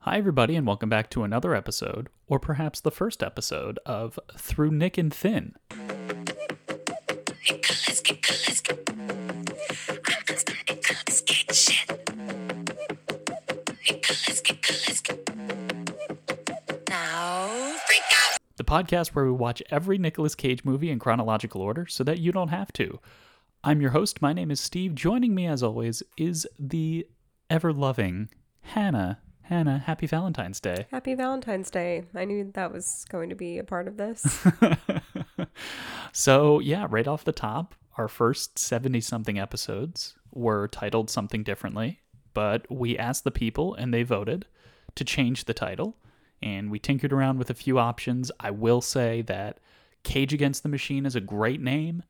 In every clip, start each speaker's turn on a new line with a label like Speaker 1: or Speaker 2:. Speaker 1: Hi, everybody, and welcome back to another episode, or perhaps the first episode, of Through Nick and Thin.
Speaker 2: Now,
Speaker 1: the podcast where we watch every Nicolas Cage movie in chronological order so that you don't have to. I'm your host. My name is Steve. Joining me, as always, is the ever loving Hannah. Hannah, happy Valentine's Day.
Speaker 3: Happy Valentine's Day. I knew that was going to be a part of this.
Speaker 1: So, yeah, right off the top, our first 70 something episodes were titled something differently, but we asked the people and they voted to change the title. And we tinkered around with a few options. I will say that Cage Against the Machine is a great name,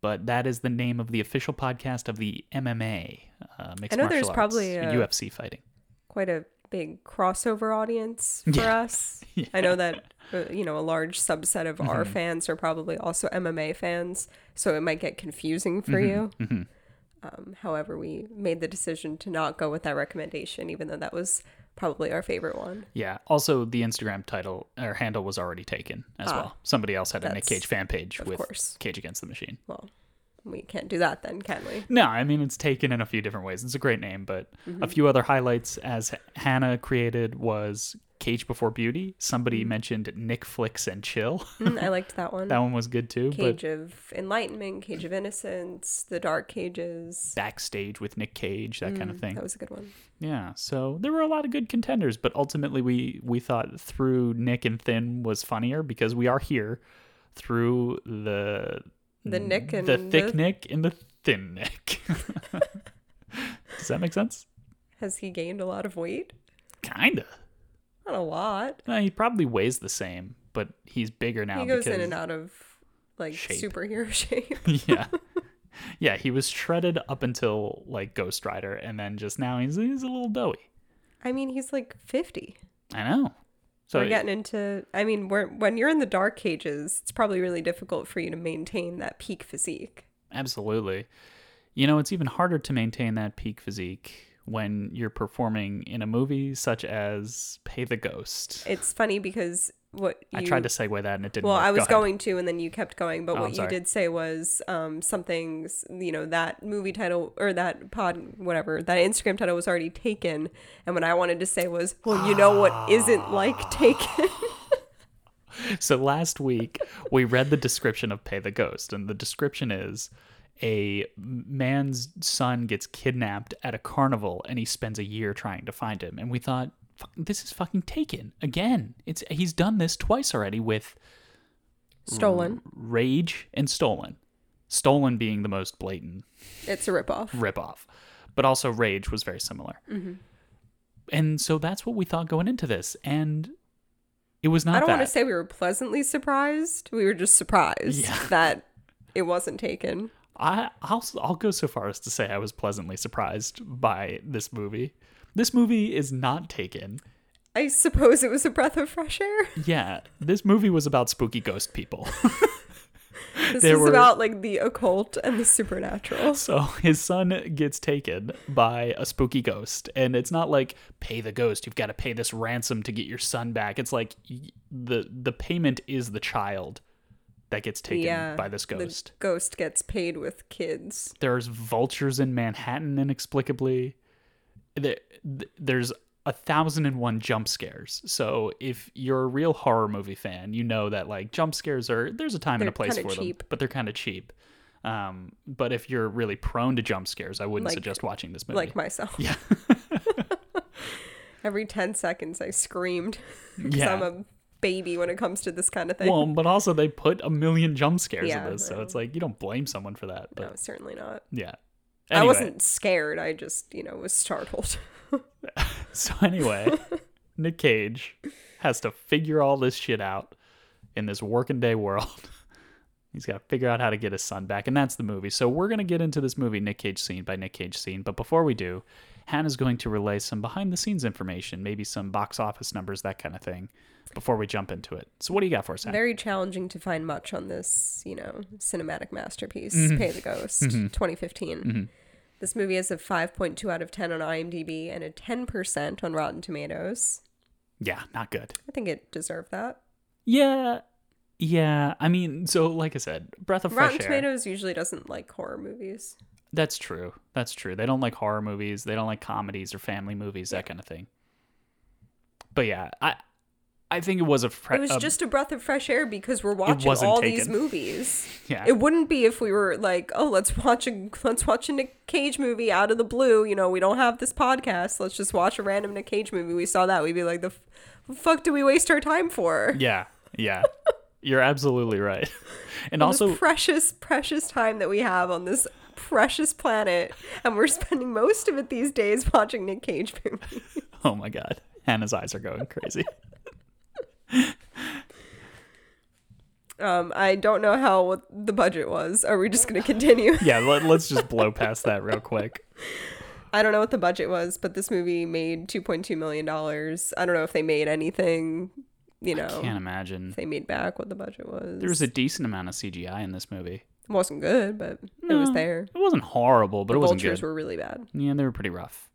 Speaker 1: but that is the name of the official podcast of the MMA uh, mixed
Speaker 3: I know
Speaker 1: martial
Speaker 3: there's
Speaker 1: arts,
Speaker 3: probably a-
Speaker 1: UFC fighting.
Speaker 3: Quite a big crossover audience for us. I know that uh, you know a large subset of our
Speaker 1: Mm-hmm.
Speaker 3: fans are probably also MMA fans, so it might get confusing for you.
Speaker 1: Mm-hmm.
Speaker 3: Um, however, we made the decision to not go with that recommendation, even though that was probably our favorite one.
Speaker 1: Yeah. Also, the Instagram title or handle was already taken as well. Somebody else had a Nick
Speaker 3: Ah, that's-
Speaker 1: Cage fan page with
Speaker 3: course.
Speaker 1: Cage Against the Machine.
Speaker 3: Well, we can't do that then, can we?
Speaker 1: No, I mean it's taken in a few different ways. It's a great name, but
Speaker 3: Mm-hmm.
Speaker 1: a few other highlights as Hannah created was Cage Before Beauty. Somebody
Speaker 3: Mm-hmm.
Speaker 1: mentioned Nick Flicks and Chill.
Speaker 3: Mm, I liked that one.
Speaker 1: that one was good too.
Speaker 3: Cage
Speaker 1: But
Speaker 3: of Enlightenment, Cage of Innocence, The Dark Cages.
Speaker 1: backstage with Nick Cage, that kind of thing.
Speaker 3: Mm, That was a good one.
Speaker 1: Yeah. So there were a lot of good contenders, but ultimately we we thought through Nick and Thin was funnier because we are here through the
Speaker 3: The Nick and
Speaker 1: the thick
Speaker 3: the-
Speaker 1: Nick and the thin Nick. Does that make sense?
Speaker 3: Has he gained a lot of weight?
Speaker 1: Kinda.
Speaker 3: Not a lot.
Speaker 1: Uh, he probably weighs the same, but he's bigger now.
Speaker 3: he goes in
Speaker 1: because-
Speaker 3: and out of like
Speaker 1: shape.
Speaker 3: superhero shape.
Speaker 1: yeah, yeah. He was shredded up until like Ghost Rider, and then just now he's he's a little doughy.
Speaker 3: I mean, he's like 50.
Speaker 1: I know. So
Speaker 3: we're getting into, I mean, we're, when you're in the dark cages, it's probably really difficult for you to maintain that peak physique.
Speaker 1: absolutely, you know, it's even harder to maintain that peak physique when you're performing in a movie such as Pay the Ghost.
Speaker 3: It's funny because what you,
Speaker 1: I tried to segue that and it didn't.
Speaker 3: well,
Speaker 1: work.
Speaker 3: I
Speaker 1: Go
Speaker 3: was
Speaker 1: ahead.
Speaker 3: going to, and then you kept going. But
Speaker 1: Oh, I'm
Speaker 3: what you
Speaker 1: sorry.
Speaker 3: did say was um, something's, you know, that movie title or that pod, whatever, that Instagram title was already taken. And what I wanted to say was, well, you know what isn't
Speaker 1: Ah.
Speaker 3: like taken?
Speaker 1: So last week we read the description of Pay the Ghost, and the description is a man's son gets kidnapped at a carnival, and he spends a year trying to find him. And we thought, "Fuck, this is fucking taken again. It's he's done this twice already with
Speaker 3: Stolen.
Speaker 1: Rage and Stolen. Stolen being the most blatant
Speaker 3: It's a ripoff.
Speaker 1: ripoff, but also Rage was very similar.
Speaker 3: Mm-hmm.
Speaker 1: And so that's what we thought going into this, and it was not.
Speaker 3: I don't
Speaker 1: that.
Speaker 3: want to say we were pleasantly surprised. We were just surprised
Speaker 1: Yeah.
Speaker 3: that it wasn't taken.
Speaker 1: I I'll I'll go so far as to say I was pleasantly surprised by this movie. This movie is not taken.
Speaker 3: I suppose it was a breath of fresh air.
Speaker 1: Yeah, this movie was about spooky ghost people.
Speaker 3: This
Speaker 1: There
Speaker 3: was
Speaker 1: were-
Speaker 3: about like the occult and the supernatural.
Speaker 1: so his son gets taken by a spooky ghost, and it's not like pay the ghost. You've got to pay this ransom to get your son back. It's like y- the the payment is the child that gets taken
Speaker 3: yeah,
Speaker 1: by this
Speaker 3: the
Speaker 1: ghost.
Speaker 3: ghost gets paid with kids.
Speaker 1: There's vultures in Manhattan inexplicably. There, th- there's a thousand and one jump scares. So if you're a real horror movie fan, you know that like jump scares are there's a time and a
Speaker 3: They're
Speaker 1: place
Speaker 3: kinda
Speaker 1: for
Speaker 3: cheap.
Speaker 1: them, but they're kind of cheap. Um, but if you're really prone to jump scares, I wouldn't
Speaker 3: Like-
Speaker 1: suggest watching this movie.
Speaker 3: Like myself.
Speaker 1: yeah,
Speaker 3: Every 10 seconds I screamed. 'Cause
Speaker 1: yeah.
Speaker 3: I'm a baby when it comes to this kind of thing.
Speaker 1: well, but also they put a million jump scares
Speaker 3: Yeah,
Speaker 1: in this, so
Speaker 3: well.
Speaker 1: it's like you don't blame someone for that. But
Speaker 3: no, certainly not.
Speaker 1: yeah,
Speaker 3: I
Speaker 1: Anyway.
Speaker 3: wasn't scared. I just, you know, was startled.
Speaker 1: So anyway, Nick Cage has to figure all this shit out in this working day world. He's got to figure out how to get his son back, and that's the movie. So we're gonna get into this movie, Nick Cage scene by Nick Cage scene. But before we do, Hannah's going to relay some behind the scenes information, maybe some box office numbers, that kind of thing, before we jump into it. So what do you got for us, Hannah?
Speaker 3: Very challenging to find much on this, you know, cinematic masterpiece,
Speaker 1: Mm-hmm.
Speaker 3: Pay the Ghost, 2015. This movie has a 5.2 out of 10 on IMDb and a 10% on Rotten Tomatoes.
Speaker 1: Yeah, not good.
Speaker 3: I think it deserved that.
Speaker 1: Yeah. Yeah, I mean, so like I said, Breath of
Speaker 3: Rotten
Speaker 1: Fresh Air.
Speaker 3: Tomatoes usually doesn't like horror movies.
Speaker 1: That's true. That's true. They don't like horror movies. They don't like comedies or family movies, that kind of thing. But yeah, I I think it was a fre-
Speaker 3: it was
Speaker 1: a-
Speaker 3: just a breath of fresh air because we're watching
Speaker 1: um, wasn't
Speaker 3: all
Speaker 1: taken.
Speaker 3: these movies.
Speaker 1: yeah.
Speaker 3: It wouldn't be if we were like, oh, let's watch a let's watch a Nick Cage movie out of the blue. You know, we don't have this podcast. Let's just watch a random Nick Cage movie. We saw that. We'd be like, the f- the fuck do we waste our time for?
Speaker 1: yeah. Yeah. You're absolutely right. And
Speaker 3: All
Speaker 1: also
Speaker 3: this precious, precious time that we have on this precious planet, and we're spending most of it these days watching Nick Cage movies.
Speaker 1: Oh my god. Hannah's eyes are going crazy.
Speaker 3: Um, I don't know how what the budget was. Are we just gonna continue?
Speaker 1: yeah, let, let's just blow past that real quick.
Speaker 3: I don't know what the budget was, but this movie made two point two million dollars. I don't know if they made anything. You know,
Speaker 1: Can't
Speaker 3: if
Speaker 1: imagine.
Speaker 3: they made back what the budget was.
Speaker 1: There was a decent amount of CGI in this movie.
Speaker 3: it wasn't good, but it was
Speaker 1: No,
Speaker 3: there.
Speaker 1: It wasn't horrible, but it wasn't
Speaker 3: Vultures
Speaker 1: good.
Speaker 3: were really bad.
Speaker 1: yeah, they were pretty rough.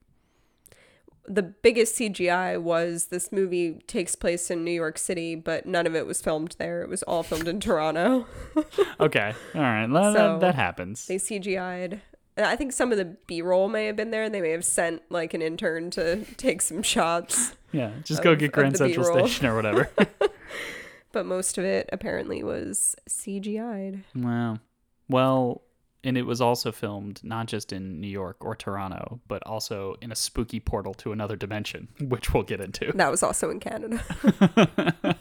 Speaker 3: The biggest CGI was this movie takes place in New York City, but none of it was filmed there. It was all filmed in Toronto.
Speaker 1: Okay. All right. That,
Speaker 3: So-
Speaker 1: that, that happens.
Speaker 3: They CGI'd. and I think some of the B roll may have been there. They may have sent like an intern to take some shots.
Speaker 1: Yeah. Just go
Speaker 3: of-
Speaker 1: get
Speaker 3: of
Speaker 1: Grand
Speaker 3: the
Speaker 1: Central
Speaker 3: B-roll.
Speaker 1: Station or whatever.
Speaker 3: but most of it apparently was CGI'd.
Speaker 1: wow. Well, and it was also filmed not just in New York or Toronto, but also in a spooky portal to another dimension, which we'll get into.
Speaker 3: That was also in Canada.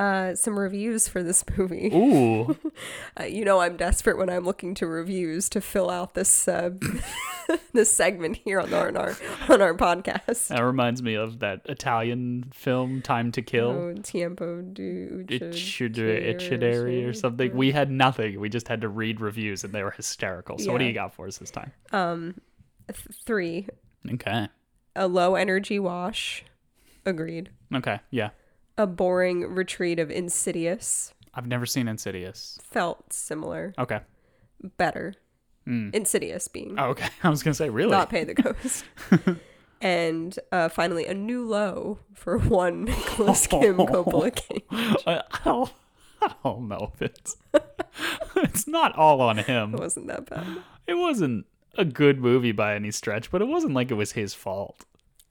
Speaker 3: uh, some reviews for this movie.
Speaker 1: Ooh.
Speaker 3: Uh, you know, I'm desperate when I'm looking to reviews to fill out this uh, this segment here on our on our, on our podcast.
Speaker 1: That reminds me of that Italian film, Time to Kill.
Speaker 3: Oh, Tiempo du
Speaker 1: it should uh,
Speaker 3: Chidere
Speaker 1: it should area
Speaker 3: or
Speaker 1: or something. We had nothing. We just had to read reviews and they were hysterical. So what do
Speaker 3: Yeah.
Speaker 1: you got for us this time?
Speaker 3: Th- Three,
Speaker 1: Okay.
Speaker 3: a low energy wash. Agreed.
Speaker 1: Okay. Yeah.
Speaker 3: A boring retreat of Insidious
Speaker 1: I've never seen Insidious.
Speaker 3: felt similar,
Speaker 1: Okay.
Speaker 3: better. Insidious being
Speaker 1: Hmm. Oh, okay. I was gonna say really.
Speaker 3: not pay the ghost. and uh, finally, a new low for one Nicholas Kim Coppola Cage.
Speaker 1: I, I don't. I don't know if it's. it's not all on
Speaker 3: It
Speaker 1: him.
Speaker 3: wasn't that bad.
Speaker 1: It wasn't a good movie by any stretch, but it wasn't like it was his fault.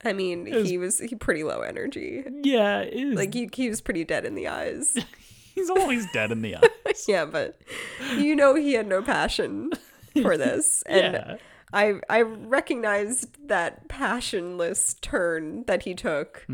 Speaker 3: I mean, he was he pretty low energy.
Speaker 1: Yeah. It is,
Speaker 3: Like he, he was pretty dead in the eyes.
Speaker 1: he's always dead in the eye.
Speaker 3: yeah, but you know he had no passion for this. And
Speaker 1: Yeah.
Speaker 3: I I recognized that passionless turn that he took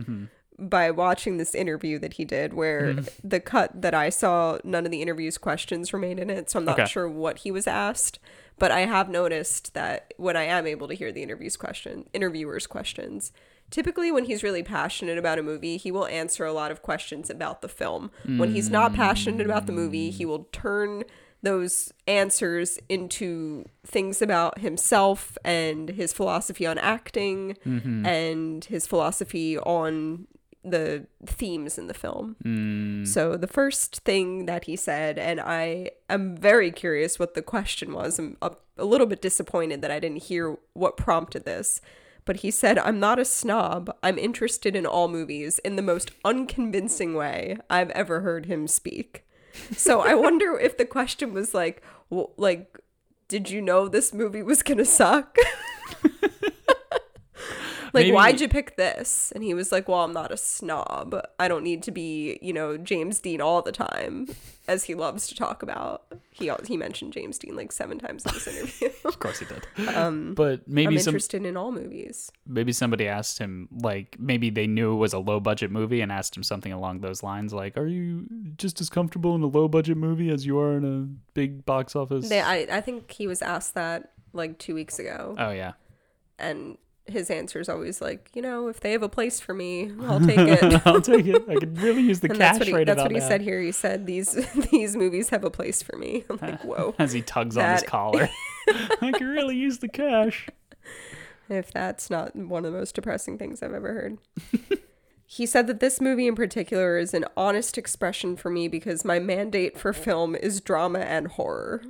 Speaker 3: by watching this interview that he did, where the cut that I saw, none of the interview's questions remain in it, so I'm not
Speaker 1: Okay.
Speaker 3: sure what he was asked. But I have noticed that when I am able to hear the interview's question, interviewer's questions, typically when he's really passionate about a movie, he will answer a lot of questions about the film. When he's not passionate about the movie, he will turn those answers into things about himself and his philosophy on acting and his philosophy on the themes in the film. So the first thing that he said, and I am very curious what the question was. I'm a, a little bit disappointed that I didn't hear what prompted this. But he said, I'm not a snob. I'm interested in all movies in the most unconvincing way I've ever heard him speak. So I wonder if the question was like, w like, did you know this movie was gonna suck? like,
Speaker 1: Maybe-
Speaker 3: why'd you pick this? And he was like, Well, I'm not a snob. I don't need to be, you know, James Dean all the time, as he loves to talk about. He al- he mentioned James Dean like seven times in this interview.
Speaker 1: Of course he did. but maybe
Speaker 3: Um, I'm
Speaker 1: some
Speaker 3: interested in all movies.
Speaker 1: maybe somebody asked him like maybe they knew it was a low budget movie and asked him something along those lines like are you just as comfortable in a low budget movie as you are in a big box office
Speaker 3: They, I I think he was asked that like two weeks ago.
Speaker 1: oh yeah
Speaker 3: and his answer is always like, you know, if they have a place for me, I'll take it. and
Speaker 1: i'll take it i could really use the cash
Speaker 3: that's what he,
Speaker 1: right
Speaker 3: that's
Speaker 1: about
Speaker 3: what he
Speaker 1: now.
Speaker 3: said here. He said these these movies have a place for me. I'm like, whoa.
Speaker 1: as he tugs on his
Speaker 3: That-
Speaker 1: collar i could really use the cash
Speaker 3: If that's not one of the most depressing things I've ever heard. he said that this movie in particular is an honest expression for me because my mandate for film is drama and horror.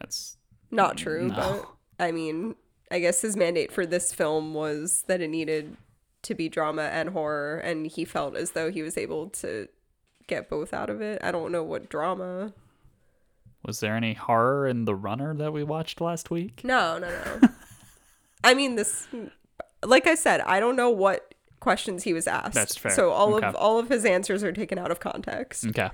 Speaker 1: that's
Speaker 3: Not true,
Speaker 1: No.
Speaker 3: but I mean, I guess his mandate for this film was that it needed to be drama and horror, and he felt as though he was able to get both out of it. I don't know what drama.
Speaker 1: Was there any horror in The Runner that we watched last week?
Speaker 3: No, no, no. I mean, this. Like I said, I don't know what questions he was asked.
Speaker 1: That's fair.
Speaker 3: So all
Speaker 1: Okay. Mm.
Speaker 3: of all of his answers are taken out of context.
Speaker 1: Okay.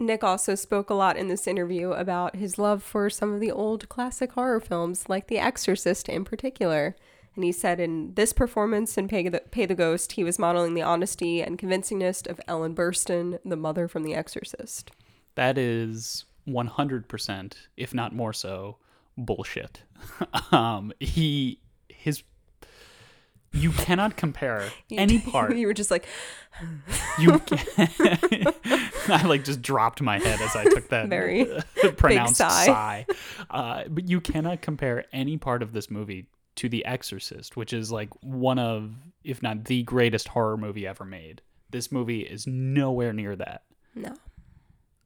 Speaker 3: Nick also spoke a lot in this interview about his love for some of the old classic horror films, like The Exorcist in particular. And he said in this performance in Pay the, Pay the Ghost, he was modeling the honesty and convincingness of Ellen Burstyn, the mother from The Exorcist.
Speaker 1: That is 100%, if not more so, bullshit. um, he, his, you cannot compare any part.
Speaker 3: you were just like,
Speaker 1: You can. I like just dropped my head as I took that
Speaker 3: Very
Speaker 1: pronounced
Speaker 3: sigh.
Speaker 1: sigh. Uh, but you cannot compare any part of this movie to The Exorcist, which is like one of, if not the greatest horror movie ever made. This movie is nowhere near that.
Speaker 3: no.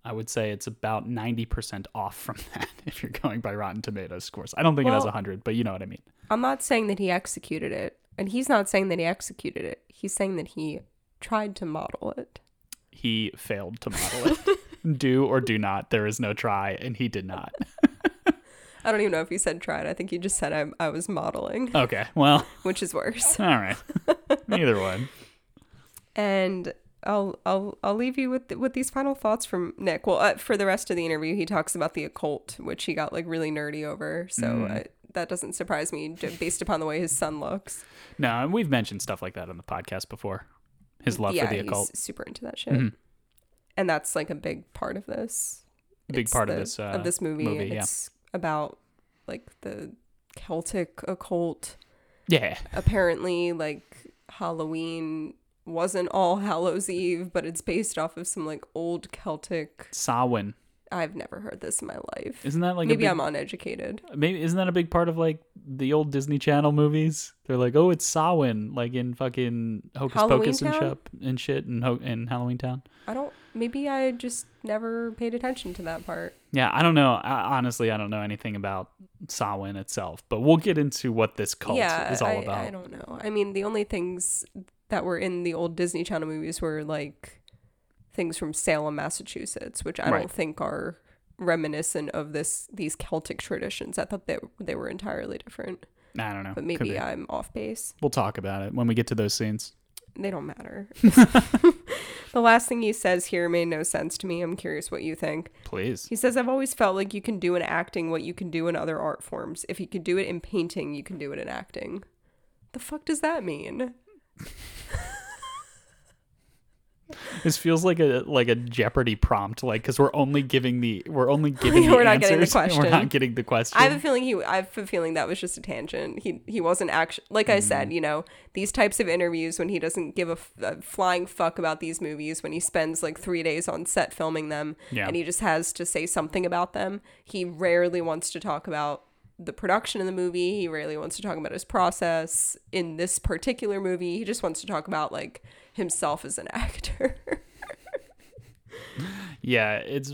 Speaker 1: I would say it's about 90% off from that if you're going by Rotten Tomatoes scores. I don't think it has
Speaker 3: Well-
Speaker 1: 100, but you know what I mean.
Speaker 3: I'm not saying that he executed it. And he's not saying that he executed it. He's saying that he tried to model it.
Speaker 1: He failed to model it. do or do not. There is no try, and he did not.
Speaker 3: I don't even know if he said tried. I think he just said I, I was modeling,
Speaker 1: Okay, well,
Speaker 3: which is worse.
Speaker 1: all right. Neither one.
Speaker 3: and I'll I'll I'll leave you with with these final thoughts from Nick. Well, uh, for the rest of the interview, he talks about the occult, which he got like really nerdy over. So
Speaker 1: Mm.
Speaker 3: uh, that doesn't surprise me, j- based upon the way his son looks.
Speaker 1: No, and we've mentioned stuff like that on the podcast before. His love
Speaker 3: yeah,
Speaker 1: for the occult, Mm-hmm.
Speaker 3: he's super into that shit, and that's like a big part of this.
Speaker 1: big
Speaker 3: It's
Speaker 1: part of
Speaker 3: the-
Speaker 1: this uh,
Speaker 3: of this movie.
Speaker 1: movie, yeah.
Speaker 3: it's about like the Celtic occult.
Speaker 1: Yeah,
Speaker 3: apparently like Halloween wasn't all Hallows Eve, but it's based off of some like old Celtic.
Speaker 1: Samhain.
Speaker 3: I've never heard this in my life.
Speaker 1: Isn't that like
Speaker 3: Maybe
Speaker 1: a
Speaker 3: I'm uneducated.
Speaker 1: big, maybe isn't that a big part of like the old Disney Channel movies? They're like, oh, it's Samhain, like in fucking Hocus
Speaker 3: Halloween
Speaker 1: Pocus and
Speaker 3: Town?
Speaker 1: shit and shit and Ho- in Halloween Town.
Speaker 3: I don't. Maybe I just never paid attention to that part.
Speaker 1: Yeah, I don't know. I, honestly, I don't know anything about Samhain itself, but we'll get into what this cult
Speaker 3: yeah,
Speaker 1: is all
Speaker 3: I,
Speaker 1: about.
Speaker 3: I don't know. I mean, the only things that were in the old Disney Channel movies were like things from Salem, Massachusetts, which I
Speaker 1: Right.
Speaker 3: don't think are reminiscent of this these Celtic traditions. I thought they they were entirely different.
Speaker 1: I don't know.
Speaker 3: but
Speaker 1: Could
Speaker 3: maybe
Speaker 1: be.
Speaker 3: I'm off base.
Speaker 1: we'll talk about it when we get to those scenes.
Speaker 3: They don't matter. the last thing he says here made no sense to me. I'm curious what you think.
Speaker 1: Please.
Speaker 3: He says, I've always felt like you can do in acting what you can do in other art forms. If you could do it in painting, you can do it in acting. The fuck does that mean?
Speaker 1: This feels like a like a Jeopardy prompt, like because we're only giving the we're only giving the
Speaker 3: We're not
Speaker 1: answers.
Speaker 3: getting the
Speaker 1: and We're
Speaker 3: question.
Speaker 1: not getting the question.
Speaker 3: I have a feeling he. I have a feeling that was just a tangent. He he wasn't actually like I
Speaker 1: Mm-hmm.
Speaker 3: said. You know these types of interviews when he doesn't give a, f- a flying fuck about these movies when he spends like three days on set filming them
Speaker 1: Yeah.
Speaker 3: and he just has to say something about them. He rarely wants to talk about the production of the movie. He rarely wants to talk about his process in this particular movie. He just wants to talk about like himself as an actor.
Speaker 1: yeah, it's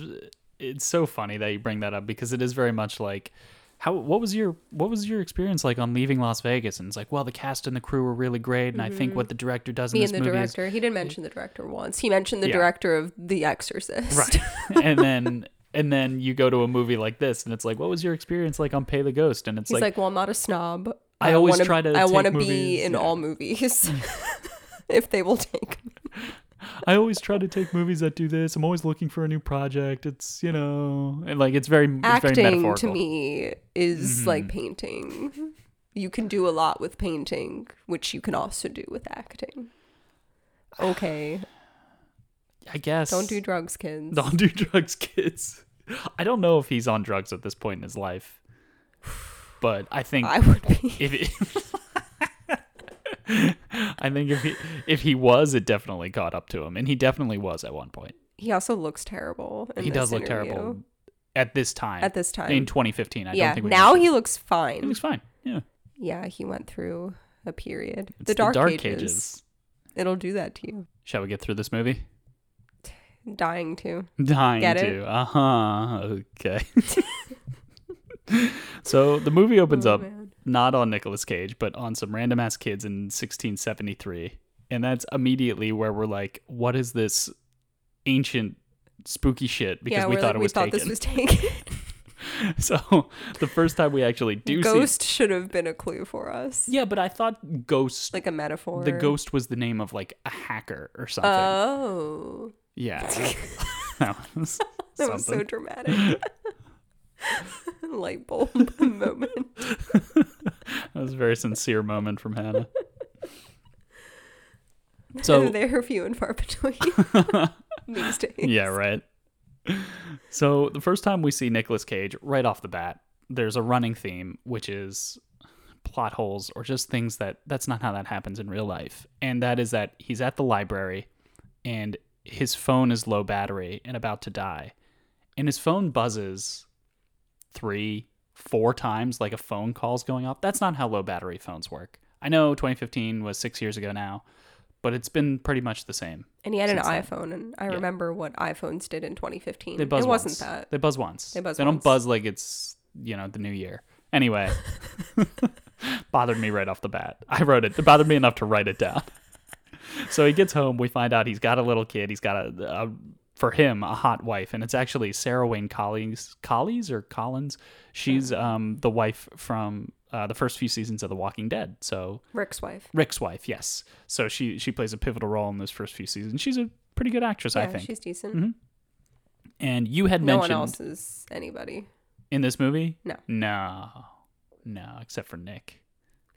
Speaker 1: it's so funny that you bring that up because it is very much like how what was your what was your experience like on leaving Las Vegas? And it's like, well, the cast and the crew were really great, and I think what the director does in
Speaker 3: Me
Speaker 1: this
Speaker 3: and Mm-hmm. the
Speaker 1: movie is
Speaker 3: director. He didn't mention the director once. He mentioned the
Speaker 1: Yeah.
Speaker 3: director of The Exorcist.
Speaker 1: right and then and then you go to a movie like this and it's like what was your experience like on pay the ghost and it's
Speaker 3: He's
Speaker 1: like,
Speaker 3: like, well, I'm not a snob.
Speaker 1: I always
Speaker 3: wanna,
Speaker 1: try to
Speaker 3: I
Speaker 1: take
Speaker 3: want to be
Speaker 1: movies-
Speaker 3: in
Speaker 1: yeah.
Speaker 3: all movies if they will take. me."
Speaker 1: i always try to take movies that do this i'm always looking for a new project it's you know and like it's very it's very
Speaker 3: Acting
Speaker 1: metaphorical Mm-hmm.
Speaker 3: to me is like painting. You can do a lot with painting, which you can also do with acting. Okay,
Speaker 1: i guess
Speaker 3: don't do drugs, kids.
Speaker 1: don't do drugs kids i don't know if he's on drugs at this point in his life but i think
Speaker 3: I would be.
Speaker 1: if it, i think if he if he was it definitely caught up to him and he definitely was at one point
Speaker 3: He also looks terrible. in
Speaker 1: he
Speaker 3: this
Speaker 1: does look
Speaker 3: interview.
Speaker 1: terrible at this time
Speaker 3: at this time.
Speaker 1: in 2015 i don't
Speaker 3: yeah,
Speaker 1: think we
Speaker 3: now
Speaker 1: mentioned-
Speaker 3: he looks
Speaker 1: It
Speaker 3: fine.
Speaker 1: looks fine. Yeah.
Speaker 3: Yeah, he went through a period.
Speaker 1: It's
Speaker 3: the, dark ages. It'll do that to you.
Speaker 1: Shall we get through this movie?
Speaker 3: Dying too.
Speaker 1: Dying
Speaker 3: Get it?
Speaker 1: to. Uh huh. Okay. so the movie opens
Speaker 3: Oh,
Speaker 1: up
Speaker 3: man.
Speaker 1: not on Nicolas Cage, but on some random ass kids in 1673. And that's immediately where we're like, what is this ancient spooky shit? Because
Speaker 3: yeah,
Speaker 1: we
Speaker 3: we're
Speaker 1: thought
Speaker 3: like,
Speaker 1: it
Speaker 3: we
Speaker 1: was
Speaker 3: thought
Speaker 1: taken.
Speaker 3: this was taken.
Speaker 1: so the first time we actually do see.
Speaker 3: Ghost should have been a clue for us,
Speaker 1: Yeah, but I thought ghost,
Speaker 3: like a metaphor.
Speaker 1: the ghost was the name of like a hacker or something.
Speaker 3: Oh,
Speaker 1: yeah. that was
Speaker 3: that
Speaker 1: something.
Speaker 3: was so dramatic. Light bulb moment.
Speaker 1: that was a very sincere moment from Hannah.
Speaker 3: So
Speaker 1: So
Speaker 3: they're few and far between these days.
Speaker 1: Yeah, right. So the first time we see Nicolas Cage, right off the bat, there's a running theme, which is plot holes or just things that that's not how that happens in real life. And that is that he's at the library and his phone is low battery and about to die. And his phone buzzes three, four times like a phone call's going off. That's not how low battery phones work. I know 2015 was six years ago now, but it's been pretty much the same.
Speaker 3: And he had an
Speaker 1: Since then.
Speaker 3: iPhone, and I remember what iPhones did in 2015.
Speaker 1: They buzz
Speaker 3: it wasn't
Speaker 1: once.
Speaker 3: that.
Speaker 1: They buzz once.
Speaker 3: They buzz
Speaker 1: They don't
Speaker 3: once.
Speaker 1: buzz like it's you know the new year. Anyway, bothered me right off the bat. I wrote it. It bothered me enough to write it down. So he gets home. We find out he's got a little kid. He's got a, a for him a hot wife, and it's actually Sarah Wayne Collins, Collins or Collins. She's
Speaker 3: Hmm.
Speaker 1: um the wife from uh, the first few seasons of The Walking Dead. So
Speaker 3: Rick's wife.
Speaker 1: Rick's wife, yes. So she she plays a pivotal role in those first few seasons. She's a pretty good actress, I
Speaker 3: Yeah,
Speaker 1: think.
Speaker 3: she's decent.
Speaker 1: And you had
Speaker 3: No
Speaker 1: mentioned
Speaker 3: one else is anybody.
Speaker 1: In this movie?
Speaker 3: No.
Speaker 1: No. No, except for Nick.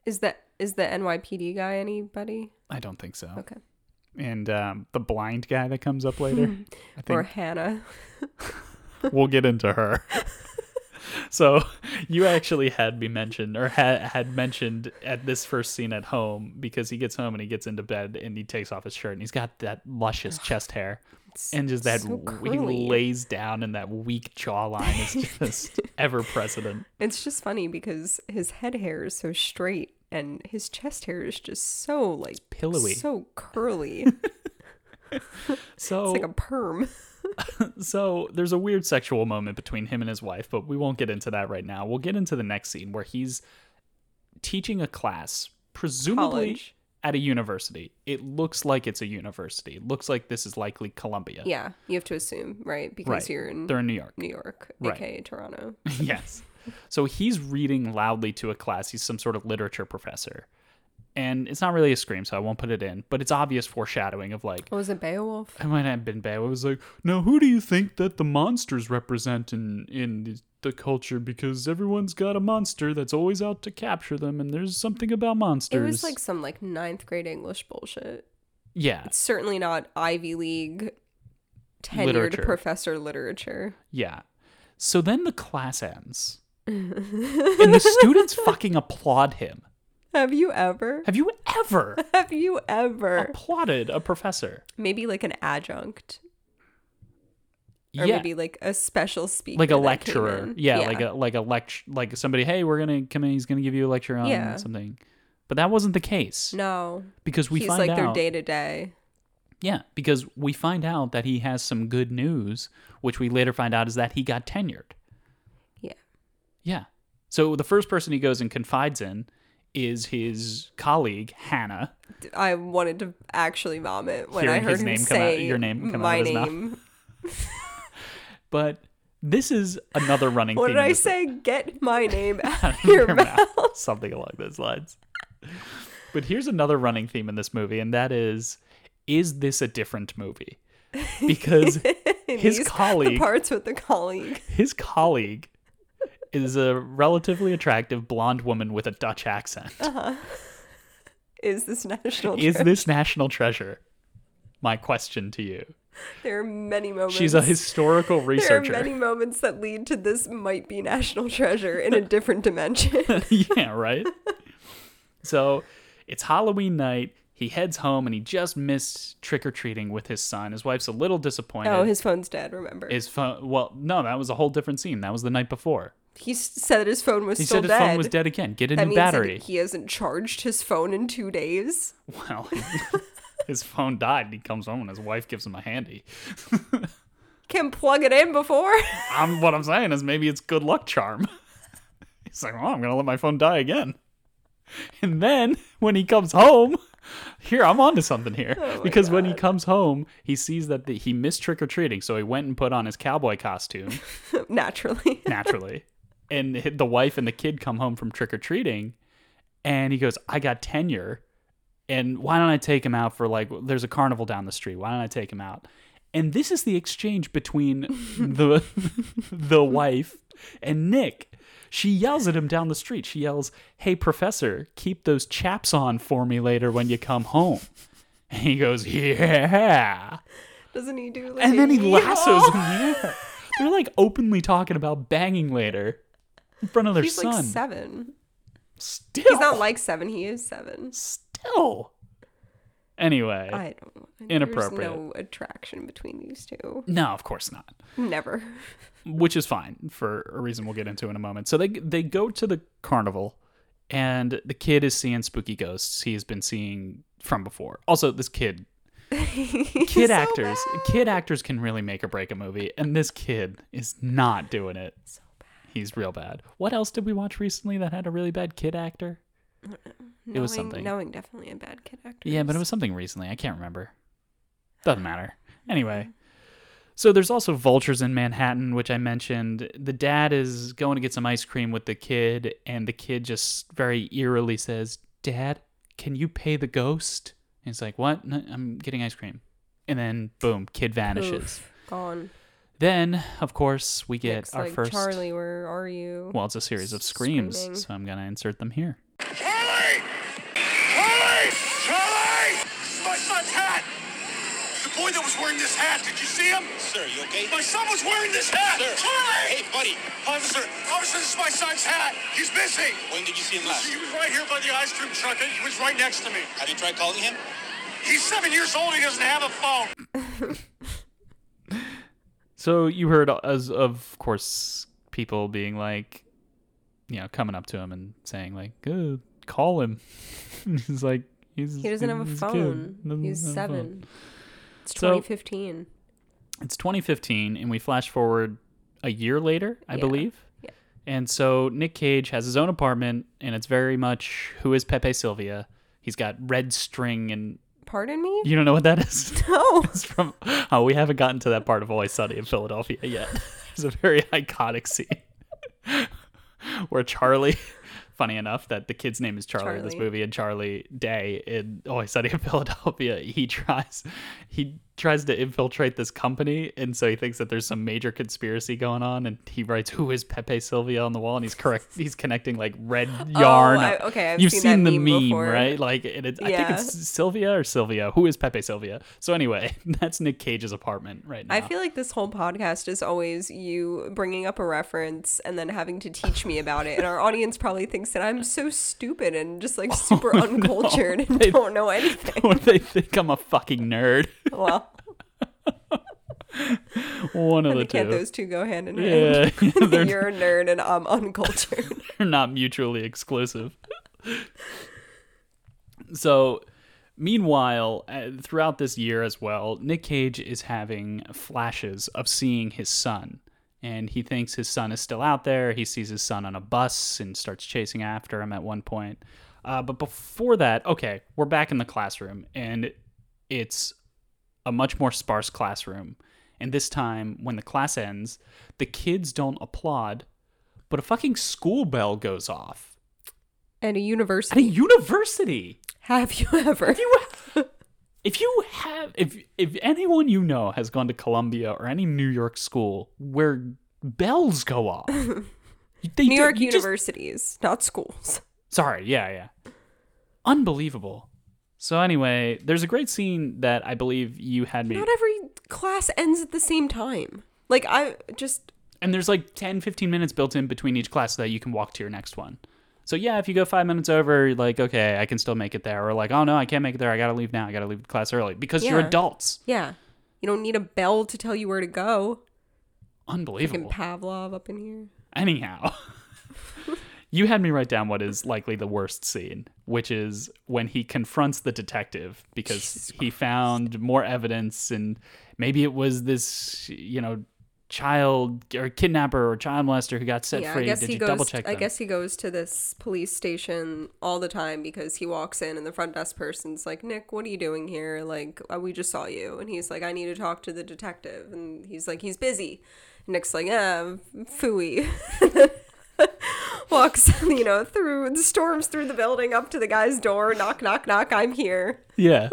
Speaker 3: Is that is the NYPD guy anybody?
Speaker 1: I don't think so.
Speaker 3: Okay.
Speaker 1: And um, the blind guy that comes up later. I
Speaker 3: Or
Speaker 1: think
Speaker 3: Hannah?
Speaker 1: we'll get into her. so you actually had me mention or had had mentioned at this first scene at home because he gets home and he gets into bed and he takes off his shirt and he's got that luscious chest hair and just that
Speaker 3: so
Speaker 1: w- he
Speaker 3: curly.
Speaker 1: lays down and that weak jawline is just ever present.
Speaker 3: It's just funny because his head hair is so straight and his chest hair is just so like
Speaker 1: Pillowy.
Speaker 3: so curly. it's
Speaker 1: So
Speaker 3: like a perm.
Speaker 1: so there's a weird sexual moment between him and his wife, but we won't get into that right now. We'll get into the next scene where he's teaching a class, presumably
Speaker 3: College.
Speaker 1: at a university. It looks like it's a university. It looks like this is likely Columbia.
Speaker 3: Yeah, you have to assume, right? Because
Speaker 1: right.
Speaker 3: you're in
Speaker 1: They're in New York.
Speaker 3: New York,
Speaker 1: Right.
Speaker 3: aka Toronto.
Speaker 1: yes. So he's reading loudly to a class. He's some sort of literature professor. And it's not really a scream, so I won't put it in, but it's obvious foreshadowing of like,
Speaker 3: What was Oh, it Beowulf?
Speaker 1: I might have been bad. I was like, now who do you think that the monsters represent in in the, the culture? Because everyone's got a monster that's always out to capture them, and there's something about monsters.
Speaker 3: It was like some like ninth grade English bullshit.
Speaker 1: yeah,
Speaker 3: Certainly not Ivy League tenured
Speaker 1: Literature.
Speaker 3: professor literature.
Speaker 1: yeah. So then the class ends, and the students fucking applaud him.
Speaker 3: Have you ever?
Speaker 1: Have you ever
Speaker 3: Have you ever?
Speaker 1: applauded a professor?
Speaker 3: Maybe like an adjunct, or
Speaker 1: yeah.
Speaker 3: maybe like a special speaker,
Speaker 1: like a
Speaker 3: that came
Speaker 1: lecturer.
Speaker 3: in.
Speaker 1: Yeah, like a like a lecture like somebody, hey, we're gonna come in, he's gonna give you a lecture on
Speaker 3: Yeah.
Speaker 1: something. But that wasn't the case.
Speaker 3: no.
Speaker 1: Because we
Speaker 3: He's
Speaker 1: find
Speaker 3: like
Speaker 1: out
Speaker 3: their day to day.
Speaker 1: Yeah, because we find out that he has some good news, which we later find out is that he got tenured.
Speaker 3: Yeah.
Speaker 1: Yeah. So the first person he goes and confides in is his colleague Hannah.
Speaker 3: I wanted to actually vomit when I
Speaker 1: Hearing
Speaker 3: heard
Speaker 1: his
Speaker 3: him
Speaker 1: name come out-
Speaker 3: say
Speaker 1: your name come out
Speaker 3: my
Speaker 1: of his mouth.
Speaker 3: name.
Speaker 1: But this is another running
Speaker 3: What
Speaker 1: theme.
Speaker 3: did
Speaker 1: in
Speaker 3: I
Speaker 1: this-
Speaker 3: say? Get my name out of your mouth.
Speaker 1: Something along those lines. But here's another running theme in this movie, and that is is this a different movie? Because his
Speaker 3: These-
Speaker 1: colleague
Speaker 3: The parts with the colleague.
Speaker 1: his colleague is a relatively attractive blonde woman with a Dutch accent.
Speaker 3: Oh, Is this national?
Speaker 1: Is
Speaker 3: trip.
Speaker 1: this national treasure? My question to you.
Speaker 3: There are many moments.
Speaker 1: She's a historical
Speaker 3: There are
Speaker 1: researcher.
Speaker 3: many moments that lead to this might be national treasure in a different dimension.
Speaker 1: yeah, right? So it's Halloween night. He heads home and he just missed trick or treating with his son. His wife's a little disappointed.
Speaker 3: oh, his phone's dead. Remember,
Speaker 1: his phone. Well, no, that was a whole different scene. That was the night before.
Speaker 3: he s- said his phone was
Speaker 1: He
Speaker 3: still
Speaker 1: said his
Speaker 3: dead.
Speaker 1: phone was dead again. Get a
Speaker 3: That
Speaker 1: new
Speaker 3: means
Speaker 1: battery.
Speaker 3: That he hasn't charged his phone in two days.
Speaker 1: Well, his phone died. and He comes home and his wife gives him a handy.
Speaker 3: Can plug it in before.
Speaker 1: I'm what I'm saying is maybe it's good luck charm. He's like, "Oh, I'm gonna let my phone die again." And then when he comes home, here I'm onto something here
Speaker 3: Oh my
Speaker 1: because when he
Speaker 3: God.
Speaker 1: comes home, he sees that the, he missed trick or treating, so he went and put on his cowboy costume
Speaker 3: Naturally.
Speaker 1: naturally. and the wife and the kid come home from trick or treating, and he goes, "I got tenure, and why don't I take him out for like? There's a carnival down the street. Why don't I take him out?" And this is the exchange between the the wife and Nick. She yells at him down the street. She yells, "Hey, professor, keep those chaps on for me later when you come home." And he goes, "Yeah."
Speaker 3: Doesn't he do like
Speaker 1: and
Speaker 3: a
Speaker 1: then he
Speaker 3: yee-haw?
Speaker 1: lassos him. Yeah. They're like openly talking about banging later in front of their
Speaker 3: He's
Speaker 1: son.
Speaker 3: like seven.
Speaker 1: still,
Speaker 3: He's not like seven. He is seven.
Speaker 1: still. Anyway,
Speaker 3: I don't.
Speaker 1: Inappropriate.
Speaker 3: There's no attraction between these two.
Speaker 1: no, of course not.
Speaker 3: Never.
Speaker 1: Which is fine for a reason we'll get into in a moment. So they they go to the carnival, and the kid is seeing spooky ghosts he has been seeing from before. Also, this kid kid
Speaker 3: Kid
Speaker 1: actors kid actors can really make or break a movie and this kid is not doing it so bad. he's real bad what else did we watch recently that had a really bad kid actor
Speaker 3: Knowing,
Speaker 1: It was something.
Speaker 3: Knowing definitely a bad kid actor.
Speaker 1: yeah but it was something recently i can't remember doesn't matter anyway so there's also vultures in manhattan which i mentioned the dad is going to get some ice cream with the kid and the kid just very eerily says dad can you pay the ghost and he's like what no, i'm getting ice cream and then boom kid vanishes
Speaker 3: Gone.
Speaker 1: Then, of course, we get
Speaker 3: Nick's
Speaker 1: our
Speaker 3: like,
Speaker 1: first.
Speaker 3: Charlie, where are you?
Speaker 1: Well, it's a series of screams,
Speaker 3: Screaming.
Speaker 1: so I'm gonna insert them here.
Speaker 2: Charlie! Charlie! Charlie! This is my son's hat! The boy that was wearing this hat, did you see him? Sir, you okay? My son was wearing this hat! Sir. Charlie! Hey, buddy! Officer, officer, this is my son's hat! He's missing!
Speaker 4: When did you see him last?
Speaker 2: He was right here by the ice cream truck. He was right next to me.
Speaker 4: Have you tried calling him?
Speaker 2: He's seven years old. He doesn't have a phone.
Speaker 1: So you heard, as of course, people being like, you know, coming up to him and saying like, "Good, call him." he's like, he's
Speaker 3: he doesn't have a
Speaker 1: he's a kid.
Speaker 3: phone.
Speaker 1: Doesn't
Speaker 3: He's
Speaker 1: have a phone.
Speaker 3: seven. It's
Speaker 1: So-
Speaker 3: 2015.
Speaker 1: It's 2015, and we flash forward a year later, I
Speaker 3: Yeah.
Speaker 1: believe.
Speaker 3: Yeah.
Speaker 1: And so Nick Cage has his own apartment, and it's very much who is Pepe Silvia. He's got red string, and
Speaker 3: Pardon me?
Speaker 1: you don't know what that is.
Speaker 3: No.
Speaker 1: It's from oh we haven't gotten to that part of Always Sunny in Philadelphia yet. It's a very iconic scene where Charlie, funny enough, that the kid's name is Charlie, in this
Speaker 3: Charlie.
Speaker 1: movie, and Charlie Day in Always Sunny in Philadelphia, he tries he tries to infiltrate this company, and so he thinks that there's some major conspiracy going on, and he writes "Who is Pepe Silvia" on the wall, and he's correct. He's connecting like red yarn.
Speaker 3: Oh, I- okay, I've
Speaker 1: you've
Speaker 3: seen
Speaker 1: seen,
Speaker 3: that
Speaker 1: the
Speaker 3: meme
Speaker 1: meme,
Speaker 3: before.
Speaker 1: right? like and it's, I think
Speaker 3: Yeah.
Speaker 1: it's Sylvia or Sylvia. Who is Pepe Sylvia? So anyway, that's Nick Cage's apartment right now.
Speaker 3: I feel like this whole podcast is always you bringing up a reference and then having to teach me about it. And our audience probably thinks that I'm so stupid and just like super uncultured and
Speaker 1: Oh, They-
Speaker 3: don't know anything.
Speaker 1: or they think I'm a fucking nerd.
Speaker 3: Well,
Speaker 1: One of the
Speaker 3: I can't
Speaker 1: two.
Speaker 3: those two go hand in hand.
Speaker 1: Oh, Yeah, yeah, they're,
Speaker 3: You're a nerd and I'm uncultured.
Speaker 1: they're not mutually exclusive. so, meanwhile, uh, throughout this year as well, Nick Cage is having flashes of seeing his son. And he thinks his son is still out there. He sees his son on a bus and starts chasing after him at one point. Uh, but before that, okay, we're back in the classroom, and it's a much more sparse classroom. And this time, when the class ends, the kids don't applaud, but a fucking school bell goes off
Speaker 3: At a
Speaker 1: at a
Speaker 3: university.
Speaker 1: university.
Speaker 3: Have you ever?
Speaker 1: If you have, if if anyone you know has gone to Columbia or any New York school where bells go off, they
Speaker 3: New
Speaker 1: do-
Speaker 3: York
Speaker 1: you just-
Speaker 3: universities, not schools.
Speaker 1: Sorry, yeah, yeah. Unbelievable. So anyway, there's a great scene that I believe you had me
Speaker 3: Not every class ends at the same time. Like, I just.
Speaker 1: and there's like 10 15 minutes built in between each class so that you can walk to your next one so yeah if you go five minutes over you're like okay i can still make it there or like oh no i can't make it there i gotta leave now i gotta leave the class early because you're
Speaker 3: Yeah.
Speaker 1: adults
Speaker 3: Yeah. You don't need a bell to tell you where to go. Fucking
Speaker 1: unbelievable
Speaker 3: Pavlov up in here.
Speaker 1: anyhow you had me write down what is likely the worst scene which is when he confronts the detective because he found more evidence and maybe it was this you know child or kidnapper or child molester who got set
Speaker 3: yeah,
Speaker 1: free.
Speaker 3: I guess
Speaker 1: Did
Speaker 3: he
Speaker 1: you
Speaker 3: goes.
Speaker 1: double check
Speaker 3: I
Speaker 1: them?
Speaker 3: guess he goes to this police station all the time because he walks in and the front desk person's like, "Nick, what are you doing here? Like, uh, we just saw you." And he's like, "I need to talk to the detective." And he's like, "He's busy." And Nick's like, "Ah, fooey." Walks, you know, through storms through the building up to the guy's door. Knock, knock, knock. I'm here.
Speaker 1: Yeah.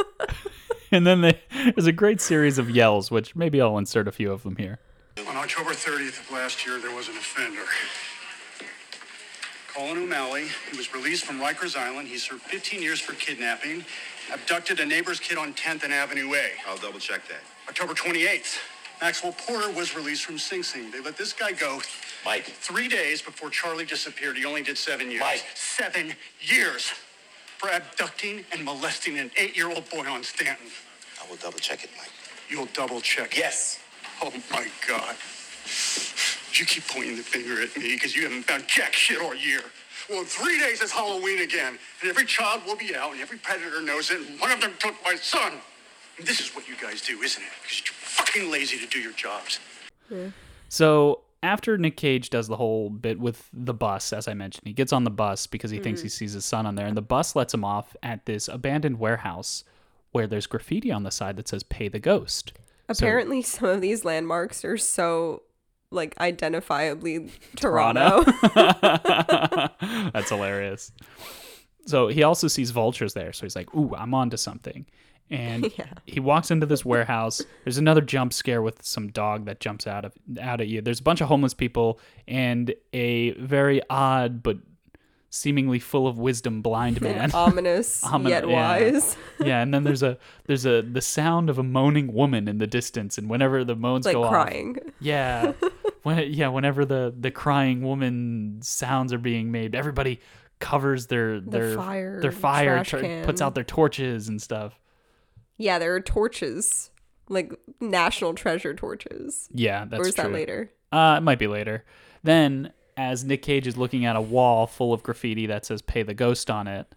Speaker 1: and then they, there's a great series of yells, which maybe I'll insert a few of them here.
Speaker 2: On October 30th of last year, there was an offender. Colin O'Malley, he was released from Rikers Island. He served 15 years for kidnapping, abducted a neighbor's kid on 10th and Avenue A.
Speaker 4: I'll double check that.
Speaker 2: October 28th, Maxwell Porter was released from Sing Sing. They let this guy go
Speaker 4: Mike,
Speaker 2: three days before Charlie disappeared. He only did seven years.
Speaker 4: Mike.
Speaker 2: Seven years for abducting and molesting an eight-year-old boy on Stanton.
Speaker 4: I will double check it, Mike.
Speaker 2: You'll double check.
Speaker 4: Yes.
Speaker 2: Oh my God. You keep pointing the finger at me because you haven't found jack shit all year. Well, in three days it's Halloween again, and every child will be out, and every predator knows it, and one of them took my son. And this is what you guys do, isn't it? Because you're fucking lazy to do your jobs.
Speaker 1: So after Nick Cage does the whole bit with the bus, as I mentioned, he gets on the bus because he thinks he sees his son on there, and the bus lets him off at this abandoned warehouse where there's graffiti on the side that says "Pay the Ghost." So-
Speaker 3: Apparently, some of these landmarks are so like identifiably Toronto.
Speaker 1: Toronto. That's hilarious. So he also sees vultures there. So he's like, ooh, I'm onto something. And he walks into this warehouse. There's another jump scare with some dog that jumps out of out at you. There's a bunch of homeless people and a very odd but seemingly full of wisdom blind man.
Speaker 3: ominous,
Speaker 1: Omin-
Speaker 3: yet
Speaker 1: yeah.
Speaker 3: wise.
Speaker 1: yeah, and then there's a there's a the sound of a moaning woman in the distance, and whenever the moans
Speaker 3: like
Speaker 1: go off,
Speaker 3: crying.
Speaker 1: Yeah. when yeah, whenever the the crying woman sounds are being made, everybody covers their their
Speaker 3: fire
Speaker 1: their fire
Speaker 3: trash
Speaker 1: tur-
Speaker 3: can.
Speaker 1: puts out their torches and stuff.
Speaker 3: Yeah, there are torches, like national treasure torches.
Speaker 1: Yeah, that's
Speaker 3: or is
Speaker 1: true.
Speaker 3: that later?
Speaker 1: Uh, it might be later. Then, as Nick Cage is looking at a wall full of graffiti that says "Pay the Ghost" on it,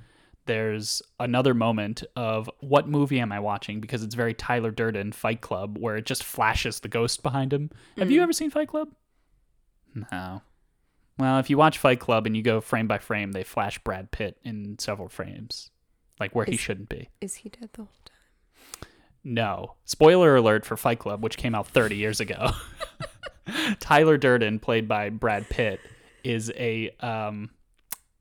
Speaker 1: there's another moment of what movie am I watching? Because it's very Tyler Durden Fight Club, where it just flashes the ghost behind him. Have you ever seen Fight Club? No. Well, if you watch Fight Club and you go frame by frame, they flash Brad Pitt in several frames, like where he
Speaker 3: Is-
Speaker 1: shouldn't be.
Speaker 3: Is he dead the whole time?
Speaker 1: No. Spoiler alert for Fight Club, which came out 30 years ago. Tyler Durden, played by Brad Pitt, is a um,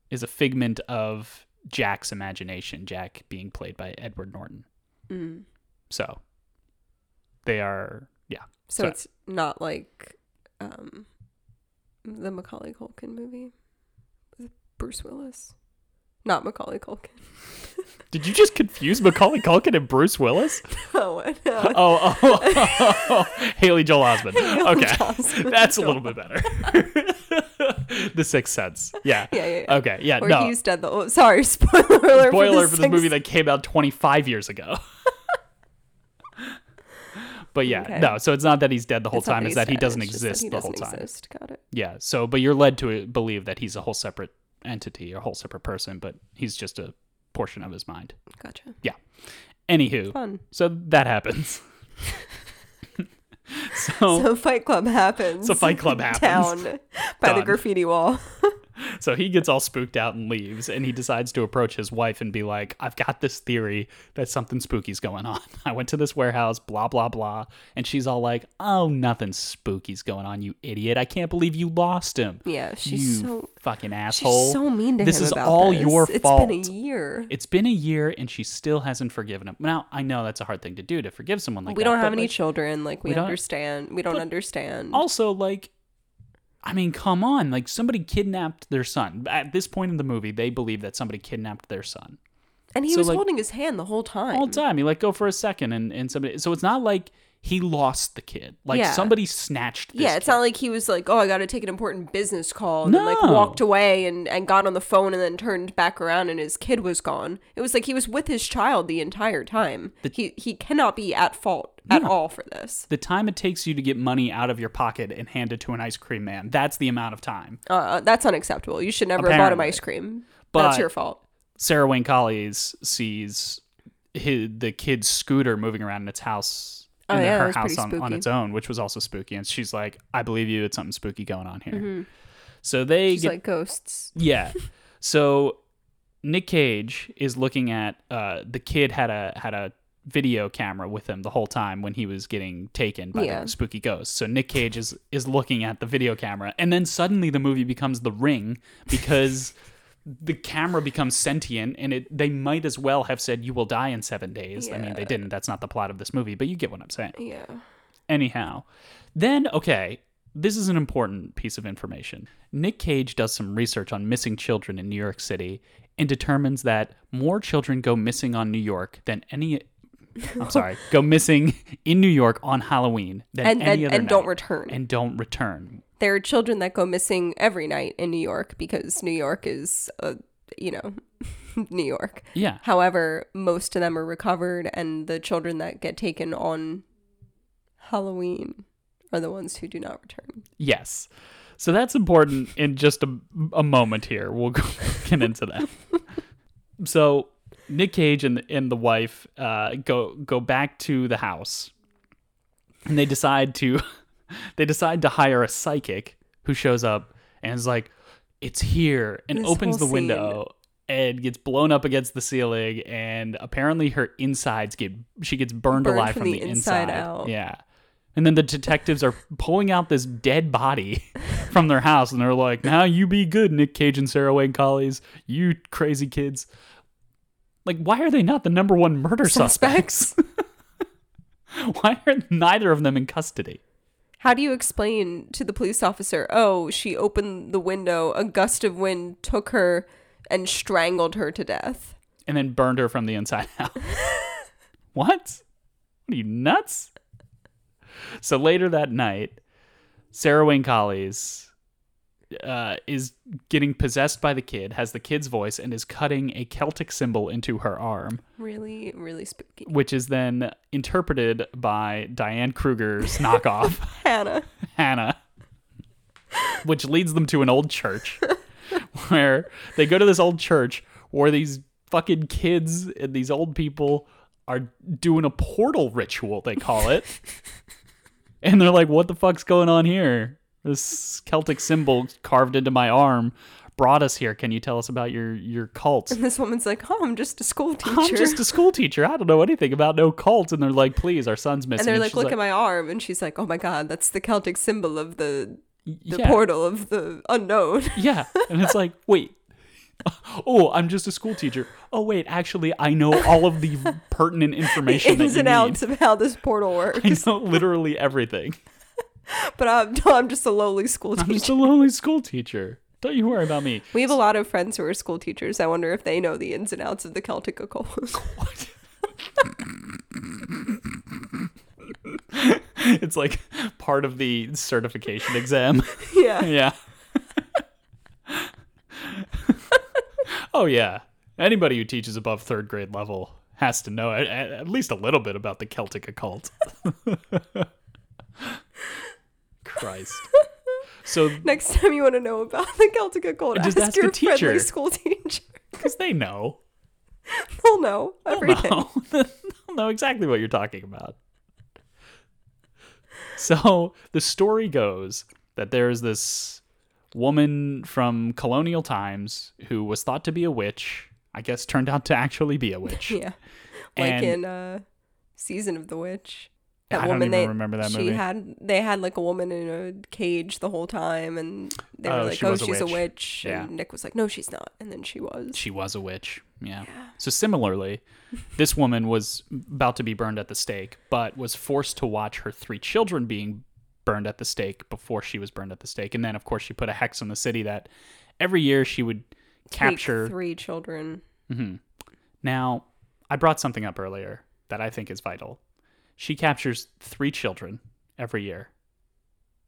Speaker 1: is a figment of Jack's imagination. Jack being played by Edward Norton.
Speaker 3: Mm.
Speaker 1: So they are, yeah.
Speaker 3: So
Speaker 1: Sorry.
Speaker 3: it's not like um, the Macaulay Culkin movie with Bruce Willis. Not Macaulay Culkin.
Speaker 1: Did you just confuse Macaulay Culkin and Bruce Willis?
Speaker 3: Oh, I know.
Speaker 1: Oh, oh, Haley Joel Osment. okay,
Speaker 3: Osment.
Speaker 1: that's a little bit better. the Sixth Sense. Yeah.
Speaker 3: Yeah, yeah, yeah.
Speaker 1: Okay. Yeah.
Speaker 3: Or
Speaker 1: no.
Speaker 3: he's dead the whole. Sorry, spoiler alert.
Speaker 1: spoiler
Speaker 3: for
Speaker 1: for
Speaker 3: the
Speaker 1: this movie that came out 25 years ago. but yeah,
Speaker 3: Okay.
Speaker 1: no. So it's not that he's dead the whole time; it's that he doesn't exist the whole time.
Speaker 3: Got it.
Speaker 1: Yeah. So, but you're led to believe that he's a whole separate entity, a whole separate person, but he's just a portion of his mind.
Speaker 3: Gotcha.
Speaker 1: Yeah. Anywho,
Speaker 3: Fun.
Speaker 1: so that happens. so,
Speaker 3: So Fight Club happens.
Speaker 1: So Fight Club happens.
Speaker 3: Down by the
Speaker 1: Done.
Speaker 3: graffiti wall.
Speaker 1: So he gets all spooked out and leaves, and he decides to approach his wife and be like, I've got this theory that something spooky's going on. I went to this warehouse, blah, blah, blah. And she's all like, Oh, nothing spooky's going on, you idiot. I can't believe you lost him.
Speaker 3: Yeah, she's
Speaker 1: you
Speaker 3: so-
Speaker 1: fucking asshole.
Speaker 3: She's so mean to
Speaker 1: this Oh
Speaker 3: him.
Speaker 1: is
Speaker 3: about
Speaker 1: all
Speaker 3: this.
Speaker 1: your fault.
Speaker 3: It's been a year.
Speaker 1: It's been a year, and she still hasn't forgiven him. Now, I know that's a hard thing to do to forgive someone like
Speaker 3: we
Speaker 1: that.
Speaker 3: don't have
Speaker 1: but,
Speaker 3: any
Speaker 1: like,
Speaker 3: children. Like we,
Speaker 1: we don't-
Speaker 3: understand. We don't understand.
Speaker 1: also like i mean come on like somebody kidnapped their son at this point in the movie they believe that somebody kidnapped their son
Speaker 3: and he
Speaker 1: so,
Speaker 3: was
Speaker 1: like,
Speaker 3: holding his hand the whole time.
Speaker 1: all the time he let go for a second and, and somebody so it's not like he lost the kid like
Speaker 3: Yeah.
Speaker 1: somebody snatched this
Speaker 3: Yeah, it's
Speaker 1: kid.
Speaker 3: not like he was like, "Oh, I got to take an important business call," and then, like
Speaker 1: No.
Speaker 3: walked away and, and got on the phone and then turned back around and his kid was gone. It was like he was with his child the entire time. he he cannot be at fault at all for this.
Speaker 1: the time it takes you to get money out of your pocket and hand it to an ice cream man that's the amount of time
Speaker 3: Uh, that's unacceptable. You should never have bought him
Speaker 1: Apparently.
Speaker 3: ice cream.
Speaker 1: But-
Speaker 3: that's your fault.
Speaker 1: sarah wayne collies sees his, the kid's scooter moving around in its house in
Speaker 3: Oh, yeah, that
Speaker 1: her
Speaker 3: was
Speaker 1: house
Speaker 3: pretty
Speaker 1: on, on
Speaker 3: spooky.
Speaker 1: its own, which was also spooky. And she's like, I believe you, it's something spooky going on here. So they
Speaker 3: Mm-hmm. She's
Speaker 1: get
Speaker 3: like ghosts.
Speaker 1: yeah. So Nick Cage is looking at uh, the kid had a had a video camera with him the whole time when he was getting taken by
Speaker 3: Yeah.
Speaker 1: the spooky ghost. So Nick Cage is is looking at the video camera and then suddenly the movie becomes The Ring because the camera becomes sentient and it they might as well have said you will die in 7 days. I mean they didn't. That's not the plot of this movie, but you get what I'm saying.
Speaker 3: Yeah.
Speaker 1: Anyhow, then, okay, this is an important piece of information. Nick Cage does some research on missing children in New York City and determines that more children go missing on New York than any. I'm sorry, go missing in New York on Halloween than
Speaker 3: And-
Speaker 1: any
Speaker 3: and-
Speaker 1: other
Speaker 3: and don't
Speaker 1: night.
Speaker 3: return.
Speaker 1: and don't return.
Speaker 3: There are children that go missing every night in New York because New York is, uh, you know, New York.
Speaker 1: Yeah,
Speaker 3: However, most of them are recovered, and the children that get taken on Halloween are the ones who do not return.
Speaker 1: yes. So that's important in just a, a moment here. We'll go, get into that. so Nick Cage and and the wife uh, go go back to the house, and they decide to they decide to hire a psychic who shows up and is like, "It's here," and
Speaker 3: This
Speaker 1: opens the
Speaker 3: whole scene.
Speaker 1: window and gets blown up against the ceiling, and apparently her insides get she gets burned,
Speaker 3: Burned
Speaker 1: alive from,
Speaker 3: from
Speaker 1: the,
Speaker 3: the
Speaker 1: inside,
Speaker 3: inside out.
Speaker 1: Yeah. And then the detectives are pulling out this dead body from their house, and they're like, "Now you be good, Nick Cage and Sarah Wayne Collies, you crazy kids." Like, why are they not the number one murder suspects? why are neither of them in custody?
Speaker 3: How do you explain to the police officer, oh, she opened the window, a gust of wind took her and strangled her to death?
Speaker 1: And then burned her from the inside out. what? What are you nuts? So later that night, Sarah Wayne Collies uh, is getting possessed by the kid, has the kid's voice, and is cutting a Celtic symbol into her arm,
Speaker 3: Really, really spooky.
Speaker 1: which is then interpreted by Diane Kruger's knockoff.
Speaker 3: Hannah.
Speaker 1: Hannah, which leads them to an old church where they go to this old church where these fucking kids and these old people are doing a portal ritual, they call it. and they're like, what the fuck's going on here? This Celtic symbol carved into my arm brought us here. Can you tell us about your, your cults?
Speaker 3: And this woman's like, oh, I'm just a school teacher.
Speaker 1: I'm just a school teacher. I don't know anything about no cults. And they're like, please, our son's missing.
Speaker 3: and they're like,
Speaker 1: she's
Speaker 3: look at my arm. And she's like, oh my God, that's the Celtic symbol of the, the
Speaker 1: "Yeah."
Speaker 3: portal of the unknown.
Speaker 1: Yeah. And it's like, wait. Oh, I'm just a school teacher. Oh, wait, actually, I know all of the pertinent information
Speaker 3: ins
Speaker 1: that
Speaker 3: and
Speaker 1: you need.
Speaker 3: outs of how this portal
Speaker 1: I
Speaker 3: works.
Speaker 1: know literally everything.
Speaker 3: but I'm, I'm just a lowly school
Speaker 1: I'm just
Speaker 3: teacher.
Speaker 1: a lonely school teacher. Don't you worry about me.
Speaker 3: We have a lot of friends who are school teachers. I wonder if they know the ins and outs of the Celtic occult.
Speaker 1: It's like part of the certification exam.
Speaker 3: yeah.
Speaker 1: yeah. oh yeah. Anybody who teaches above third grade level has to know at, at at least a little bit about the Celtic occult. Christ. So
Speaker 3: Next time you want to know about the Celtic occult,
Speaker 1: Just
Speaker 3: ask,
Speaker 1: ask the
Speaker 3: your
Speaker 1: teacher.
Speaker 3: friendly school teacher.
Speaker 1: because they know,
Speaker 3: They'll know everything.
Speaker 1: know, they'll know exactly what you're talking about. So the story goes that there's this woman from colonial times who was thought to be a witch. I guess turned out to actually be a witch.
Speaker 3: Yeah. Like
Speaker 1: And-
Speaker 3: in uh, Season of the Witch.
Speaker 1: I don't even
Speaker 3: they,
Speaker 1: remember that
Speaker 3: she
Speaker 1: movie.
Speaker 3: Had, they had like a woman in a cage the whole time and they were
Speaker 1: Oh,
Speaker 3: like,
Speaker 1: she
Speaker 3: oh,
Speaker 1: was a
Speaker 3: she's a
Speaker 1: witch."
Speaker 3: witch.
Speaker 1: Yeah.
Speaker 3: And Nick was like, no, she's not. And then she was.
Speaker 1: she was a witch. Yeah. So similarly, this woman was about to be burned at the stake, but was forced to watch her three children being burned at the stake before she was burned at the stake. And then, of course, she put a hex on the city that every year she would
Speaker 3: Take
Speaker 1: capture.
Speaker 3: three children.
Speaker 1: Mm-hmm. Now, I brought something up earlier that I think is vital. She captures three children every year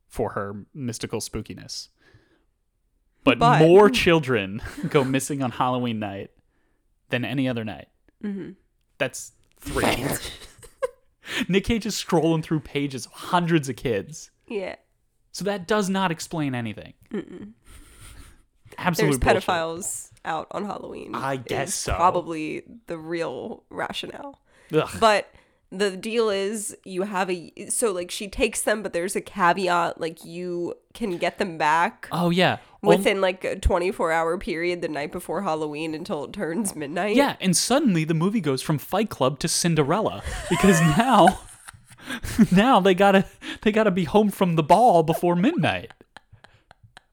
Speaker 1: for her mystical spookiness. But,
Speaker 3: But-
Speaker 1: more children go missing on Halloween night than any other night.
Speaker 3: Mm-hmm.
Speaker 1: That's three. Nick Cage is scrolling through pages of hundreds of kids.
Speaker 3: Yeah.
Speaker 1: So that does not explain anything.
Speaker 3: There's
Speaker 1: Absolute bullshit.
Speaker 3: pedophiles out on Halloween.
Speaker 1: I guess
Speaker 3: is
Speaker 1: so.
Speaker 3: Probably the real rationale.
Speaker 1: Ugh.
Speaker 3: But the deal is you have a so like she takes them but there's a caveat like you can get them back
Speaker 1: Oh yeah. Well,
Speaker 3: within like a 24 hour period the night before Halloween until it turns midnight.
Speaker 1: yeah, and suddenly the movie goes from Fight Club to Cinderella because now now they got to they got to be home from the ball before midnight.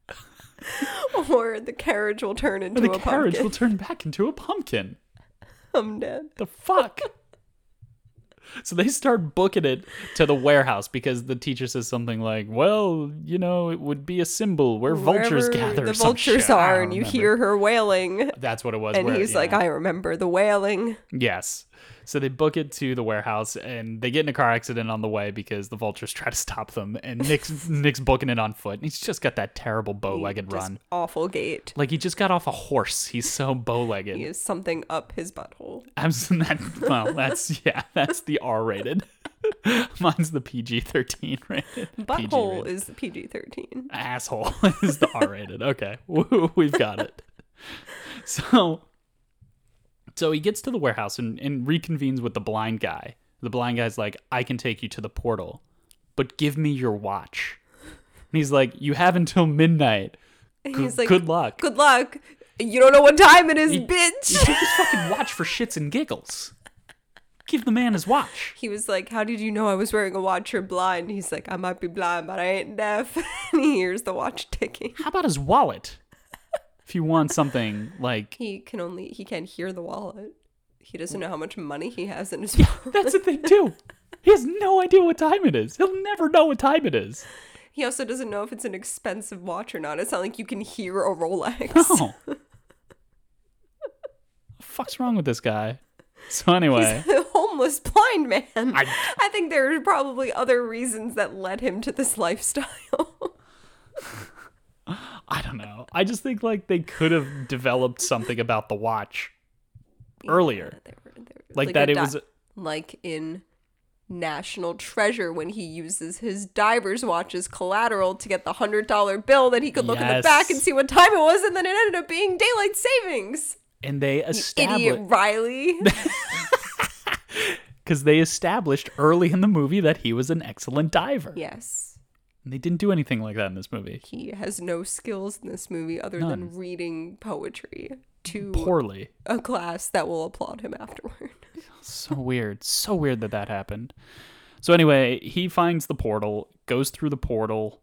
Speaker 3: Or the carriage will turn into
Speaker 1: The
Speaker 3: a
Speaker 1: carriage
Speaker 3: pumpkin.
Speaker 1: will turn back into a pumpkin.
Speaker 3: I'm dead.
Speaker 1: The fuck? so they start booking it to the warehouse because the teacher says something like, "Well, you know, it would be a symbol where vultures
Speaker 3: Wherever
Speaker 1: gather."
Speaker 3: The
Speaker 1: or some
Speaker 3: vultures
Speaker 1: shit. I
Speaker 3: are,
Speaker 1: don't
Speaker 3: and you
Speaker 1: remember.
Speaker 3: hear her wailing.
Speaker 1: That's what it was.
Speaker 3: And
Speaker 1: where-
Speaker 3: he's like,
Speaker 1: yeah.
Speaker 3: I remember the wailing.
Speaker 1: Yes. So they book it to the warehouse and they get in a car accident on the way because the vultures try to stop them and Nick's Nick's booking it on foot and he's just got that terrible bow legged
Speaker 3: Just
Speaker 1: run.
Speaker 3: awful gait.
Speaker 1: Like he just got off a horse. He's so bow legged.
Speaker 3: He has something up his butthole.
Speaker 1: Absent that well, that's yeah, that's the R rated. Mine's the PG thirteen rated.
Speaker 3: Butthole
Speaker 1: rated.
Speaker 3: is the PG 13.
Speaker 1: asshole is the R rated. Okay, Woo, we've got it. So, so he gets to the warehouse and, and reconvenes with the blind guy. The blind guy's like, "I can take you to the portal, but give me your watch." And he's like, "You have until midnight.
Speaker 3: He's like,
Speaker 1: Good luck.
Speaker 3: Good luck. You don't know what time it is,
Speaker 1: You
Speaker 3: bitch.
Speaker 1: take his fucking watch for shits and giggles. Give the man his watch."
Speaker 3: He was like, How did you know I was wearing a watch? You're blind. He's like, I might be blind, but I ain't deaf. and he hears the watch ticking.
Speaker 1: How about his wallet? If you want something like
Speaker 3: He can only, he can't hear the wallet. He doesn't know how much money he has in his wallet.
Speaker 1: that's what they do. He has no idea what time it is. He'll never know what time it is.
Speaker 3: He also doesn't know if it's an expensive watch or not. It's not like you can hear a Rolex.
Speaker 1: No. the fuck's wrong with this guy? So anyway,
Speaker 3: He's a homeless blind man. I,
Speaker 1: I-
Speaker 3: think there are probably other reasons that led him to this lifestyle.
Speaker 1: I don't know. I just think like they could have developed something about the watch earlier.
Speaker 3: They were- they were-
Speaker 1: Like,
Speaker 3: a
Speaker 1: that it
Speaker 3: di-
Speaker 1: was
Speaker 3: like in National Treasure when he uses his diver's watch as collateral to get the hundred dollar bill that he could look in the back and
Speaker 1: Yes.
Speaker 3: see what time it was, and then it ended up being daylight savings.
Speaker 1: and they
Speaker 3: Idiot
Speaker 1: established
Speaker 3: Riley.
Speaker 1: because they established early in the movie that he was an excellent diver.
Speaker 3: yes.
Speaker 1: And they didn't do anything like that in this movie.
Speaker 3: He has no skills in this movie other
Speaker 1: None.
Speaker 3: than reading poetry to
Speaker 1: Poorly.
Speaker 3: a class that will applaud him afterward.
Speaker 1: So weird. So weird that that happened. So anyway, he finds the portal, goes through the portal.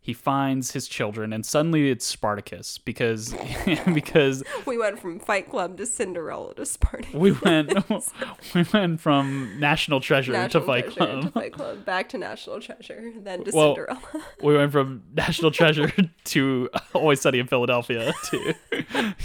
Speaker 1: He finds his children, and suddenly it's Spartacus because because
Speaker 3: we went from Fight Club to Cinderella to Spartacus.
Speaker 1: we went we went from National Treasure
Speaker 3: National
Speaker 1: to Fight
Speaker 3: Treasure
Speaker 1: Club.
Speaker 3: to Fight Club, back to National Treasure, then to
Speaker 1: Well,
Speaker 3: Cinderella.
Speaker 1: we went from National Treasure to Always Sunny in Philadelphia to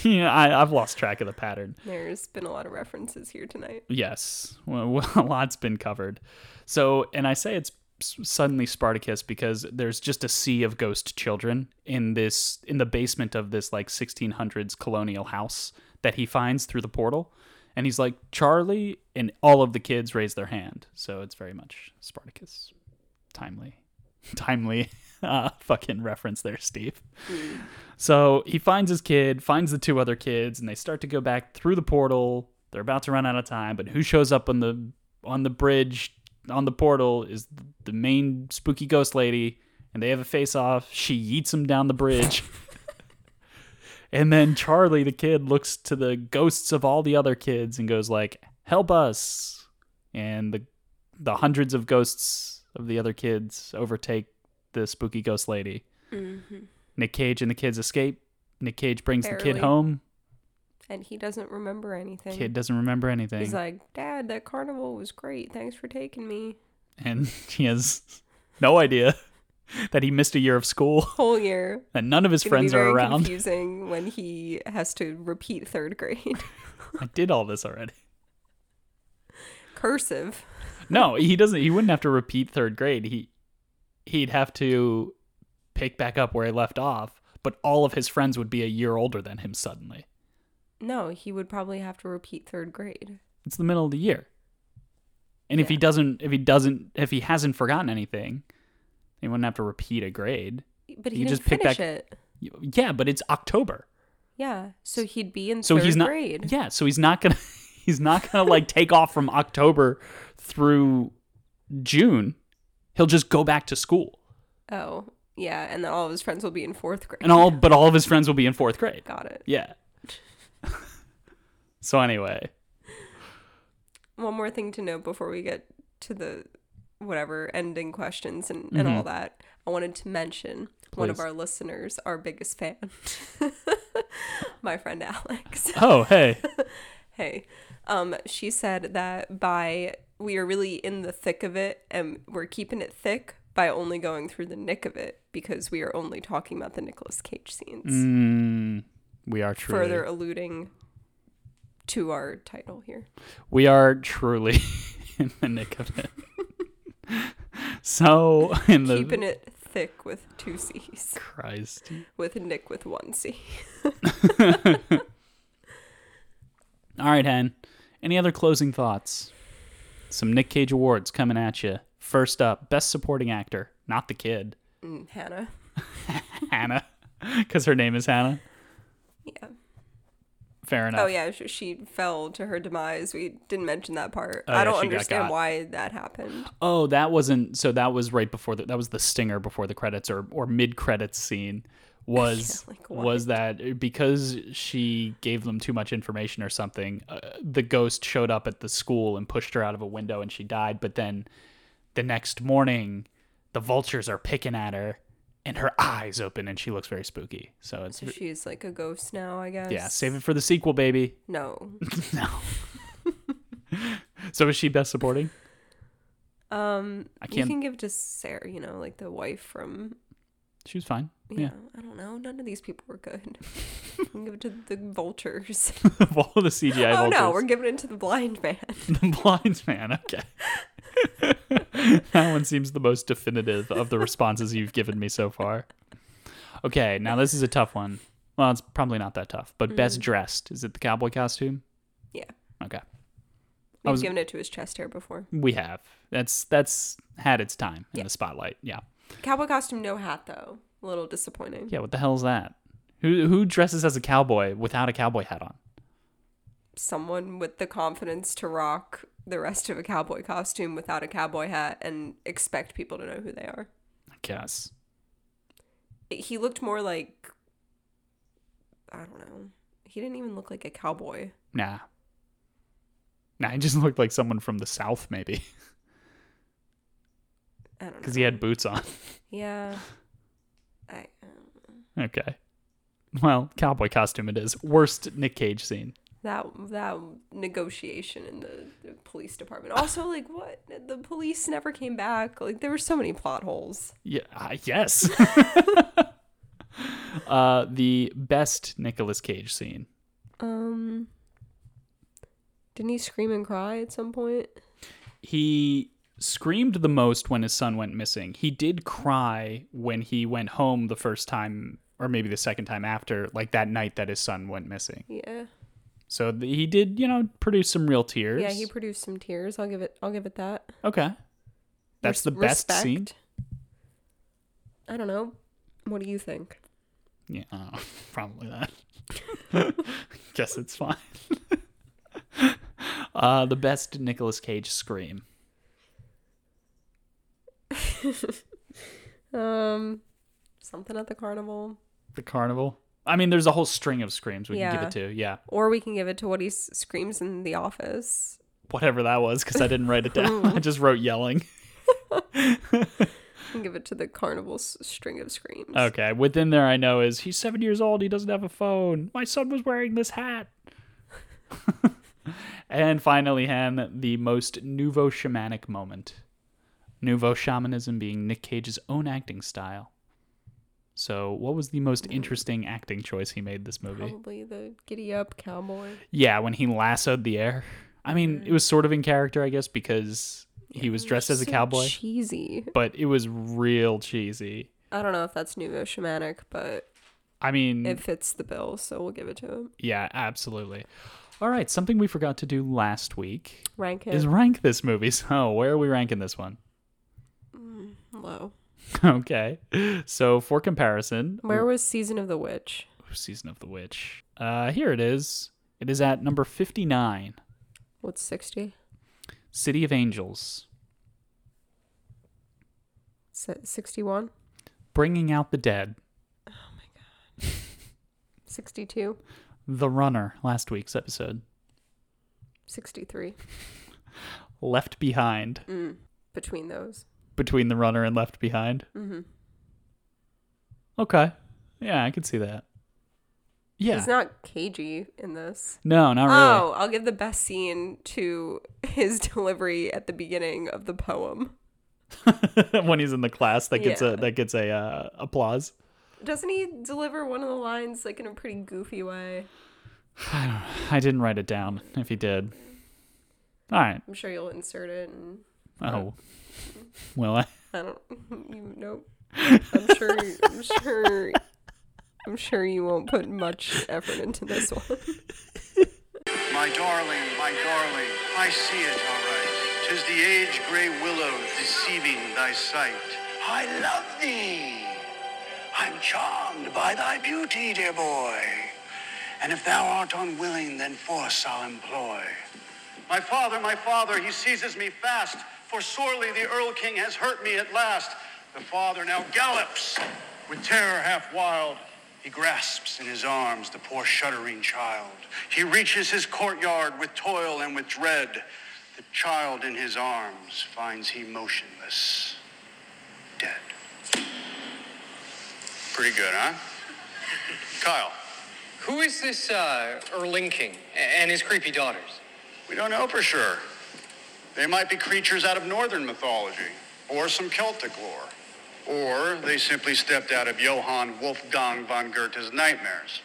Speaker 1: yeah. I, I've lost track of the pattern.
Speaker 3: There's been a lot of references here tonight.
Speaker 1: Yes, well, well, a lot's been covered. So, and I say it's s- suddenly Spartacus because there's just a sea of ghost children in this in the basement of this like 1600s colonial house that he finds through the portal, and he's like Charlie, and all of the kids raise their hand. So it's very much Spartacus, timely, timely. Uh, fucking reference there, Steve. So he finds his kid, finds the two other kids, and they start to go back through the portal. They're about to run out of time, but who shows up on the on the bridge on the portal is the main spooky ghost lady, and they have a face off. She yeets him down the bridge. and then Charlie the kid looks to the ghosts of all the other kids and goes like, "Help us." And the the hundreds of ghosts of the other kids overtake the spooky ghost lady. Nick Cage and the kids escape. Nick Cage brings the kid
Speaker 3: Mm-hmm. Barely.
Speaker 1: home.
Speaker 3: And he doesn't remember anything.
Speaker 1: Kid doesn't remember anything.
Speaker 3: He's like, Dad, that carnival was great. Thanks for taking me.
Speaker 1: and he has no idea that he missed a year of school
Speaker 3: Whole year.
Speaker 1: and none of his
Speaker 3: It's gonna be
Speaker 1: friends are
Speaker 3: very
Speaker 1: around.
Speaker 3: confusing when he has to repeat third grade.
Speaker 1: I did all this already.
Speaker 3: Cursive.
Speaker 1: No, he doesn't he wouldn't have to repeat third grade. He he'd have to pick back up where he left off, but all of his friends would be a year older than him suddenly.
Speaker 3: No, he would probably have to repeat third grade.
Speaker 1: It's the middle of the year. And if he
Speaker 3: Yeah.
Speaker 1: doesn't if he doesn't if he hasn't forgotten anything, he wouldn't have to repeat a grade.
Speaker 3: But he
Speaker 1: You
Speaker 3: didn't
Speaker 1: just pick
Speaker 3: finish
Speaker 1: back-
Speaker 3: it.
Speaker 1: Yeah, but it's October.
Speaker 3: Yeah. So he'd be in
Speaker 1: So
Speaker 3: third
Speaker 1: he's not
Speaker 3: grade.
Speaker 1: Yeah, so he's not going to He's not gonna like take off from October through June. He'll just go back to school,
Speaker 3: Oh, yeah. And then all of his friends will be in fourth grade.
Speaker 1: and all but all of his friends will be in fourth grade.
Speaker 3: Got it.
Speaker 1: Yeah. so anyway,
Speaker 3: One more thing to note before we get to the whatever ending questions and, and all that. I wanted to mention one of
Speaker 1: Mm-hmm. Please.
Speaker 3: our listeners, our biggest fan, my friend Alex.
Speaker 1: oh hey,
Speaker 3: hey um she said that by we are really in the thick of it and we're keeping it thick by only going through the nick of it because we are only talking about the Nicolas Cage scenes
Speaker 1: Mm, we are truly
Speaker 3: further alluding to our title here
Speaker 1: we are truly in the nick of it. so in the
Speaker 3: keeping it thick with two C's
Speaker 1: Christ.
Speaker 3: with Nick with one C
Speaker 1: All right, Hen. Any other closing thoughts? Some Nick Cage awards coming at you. First up, Best Supporting Actor, not the kid,
Speaker 3: Mm, Hannah
Speaker 1: Hannah, because her name is Hannah.
Speaker 3: yeah
Speaker 1: Fair enough.
Speaker 3: oh yeah she, she fell to her demise we didn't mention that part
Speaker 1: Oh, yeah,
Speaker 3: I don't
Speaker 1: she got
Speaker 3: understand
Speaker 1: got.
Speaker 3: why that happened
Speaker 1: Oh, that wasn't. So that was right before the. That was the stinger before the credits or or mid credits scene. Was
Speaker 3: like, what?
Speaker 1: was that because she gave them too much information or something? Uh, the ghost showed up at the school and pushed her out of a window and she died. But then the next morning, the vultures are picking at her and her eyes open and she looks very spooky. So it's
Speaker 3: so she's like a ghost now I guess
Speaker 1: yeah, save it for the sequel, baby.
Speaker 3: no
Speaker 1: no. so is she best supporting?
Speaker 3: Um,
Speaker 1: I
Speaker 3: you
Speaker 1: can't-
Speaker 3: can give to Sarah, you know, like the wife from.
Speaker 1: She was fine.
Speaker 3: Yeah,
Speaker 1: Yeah.
Speaker 3: I don't know. None of these people were good. You can give it to the vultures.
Speaker 1: of all the CGI
Speaker 3: oh
Speaker 1: vultures.
Speaker 3: no, we're giving it to the blind man.
Speaker 1: The blind man, okay. that one seems the most definitive of the responses you've given me so far. Okay, now this is a tough one. Well, it's probably not that tough, but best dressed. Is it the cowboy costume?
Speaker 3: Yeah,
Speaker 1: Okay.
Speaker 3: we've
Speaker 1: was-
Speaker 3: given it to his chest hair before.
Speaker 1: We have. That's that's had its time in the spotlight. Yeah.
Speaker 3: Cowboy costume, no hat though. A little disappointing.
Speaker 1: Yeah, what the hell is that? Who who dresses as a cowboy without a cowboy hat on?
Speaker 3: Someone with the confidence to rock the rest of a cowboy costume without a cowboy hat and expect people to know who they are.
Speaker 1: I guess.
Speaker 3: He looked more like I don't know. He didn't even look like a cowboy.
Speaker 1: Nah. Nah, he just looked like someone from the south maybe
Speaker 3: I don't know.
Speaker 1: because he had boots on.
Speaker 3: Yeah. I, um,
Speaker 1: Okay. Well, cowboy costume it is. Worst Nick Cage scene.
Speaker 3: that that negotiation in the, the police department. Also, like what the police never came back. Like there were so many plot holes.
Speaker 1: Yeah, uh, yes. uh the best Nicolas Cage scene.
Speaker 3: Um, didn't he scream and cry at some point?
Speaker 1: He screamed the most when his son went missing. He did cry when he went home the first time or maybe the second time after like that night that his son went missing.
Speaker 3: Yeah,
Speaker 1: So th- he did, you know, produce some real tears.
Speaker 3: yeah. He produced some tears. I'll give it. I'll give it that.
Speaker 1: Okay. That's the
Speaker 3: Res-
Speaker 1: best scene.
Speaker 3: respect. I don't know. What do you think?
Speaker 1: Yeah, I don't know. Uh, probably that. Guess it's fine. uh, the best Nicolas Cage scream.
Speaker 3: Um, something at the carnival.
Speaker 1: The carnival. I mean, there's a whole string of screams we can give
Speaker 3: Yeah.
Speaker 1: it to. Yeah,
Speaker 3: Or we can give it to what he s- screams in the office.
Speaker 1: whatever that was, because I didn't write it down. I just wrote yelling.
Speaker 3: and give it to the carnival s- string of screams.
Speaker 1: Okay, within there, I know is he's seven years old. He doesn't have a phone. My son was wearing this hat. and finally, Hen, the most nouveau shamanic moment. Nouveau shamanism being Nick Cage's own acting style. So, what was the most interesting acting choice he made this movie?
Speaker 3: Probably the giddy up cowboy.
Speaker 1: Yeah, when he lassoed the air. I mean, it was sort of in character, I guess, because he was dressed as a
Speaker 3: So
Speaker 1: cowboy,
Speaker 3: Cheesy.
Speaker 1: but it was real cheesy.
Speaker 3: I don't know if that's nouveau shamanic, but
Speaker 1: I mean,
Speaker 3: it fits the bill, so we'll give it to him.
Speaker 1: Yeah, absolutely. All right, something we forgot to do last week
Speaker 3: Rank
Speaker 1: is
Speaker 3: him
Speaker 1: rank this movie. So, where are we ranking this one?
Speaker 3: Mm, low.
Speaker 1: Okay. So, for comparison,
Speaker 3: Where was season of the witch?
Speaker 1: Season of the Witch. Uh, here it is. It is at number 59.
Speaker 3: What's 60?
Speaker 1: City of Angels,
Speaker 3: Se- 61?
Speaker 1: Bringing Out the Dead,
Speaker 3: 62?
Speaker 1: The Runner, last week's episode,
Speaker 3: 63.
Speaker 1: Left Behind,
Speaker 3: Between those.
Speaker 1: between The Runner and Left Behind. Okay. Yeah, I could see that. Yeah.
Speaker 3: He's not cagey in this.
Speaker 1: no, not really.
Speaker 3: Oh, I'll give the best scene to his delivery at the beginning of the poem.
Speaker 1: when he's in the class that gets
Speaker 3: Yeah.
Speaker 1: a that gets a uh, applause.
Speaker 3: Doesn't he deliver one of the lines like in a pretty goofy way?
Speaker 1: I didn't write it down. If he did, all right.
Speaker 3: I'm sure you'll insert it and
Speaker 1: Oh, well, I,
Speaker 3: I don't you nope. I'm sure I'm sure I'm sure you won't put much effort into this one.
Speaker 2: My darling, my darling, I see it all right. Tis the age-gray willow deceiving thy sight. I love thee. I'm charmed by thy beauty, dear boy. And if thou art unwilling, then force I'll employ. My father, my father, he seizes me fast, for sorely the Earl King has hurt me at last. The father now gallops with terror half wild. He grasps in his arms the poor shuddering child. He reaches his courtyard with toil and with dread. The child in his arms finds he motionless, dead. Pretty good, huh? Kyle,
Speaker 5: Who is this uh, Erling King a- and his creepy daughters?
Speaker 2: we don't know for sure. They might be creatures out of northern mythology, or some Celtic lore, or they simply stepped out of Johann Wolfgang von Goethe's nightmares.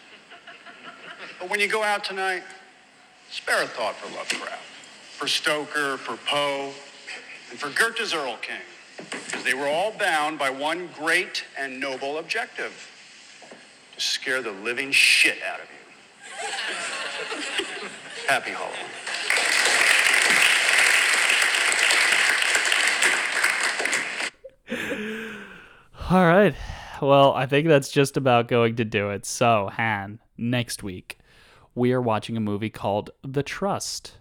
Speaker 2: But when you go out tonight, spare a thought for Lovecraft, for Stoker, for Poe, and for Goethe's Earl King, because they were all bound by one great and noble objective to scare the living shit out of you. Happy Halloween.
Speaker 1: all right. Well, I think that's just about going to do it. So, Han, next week we are watching a movie called The Trust,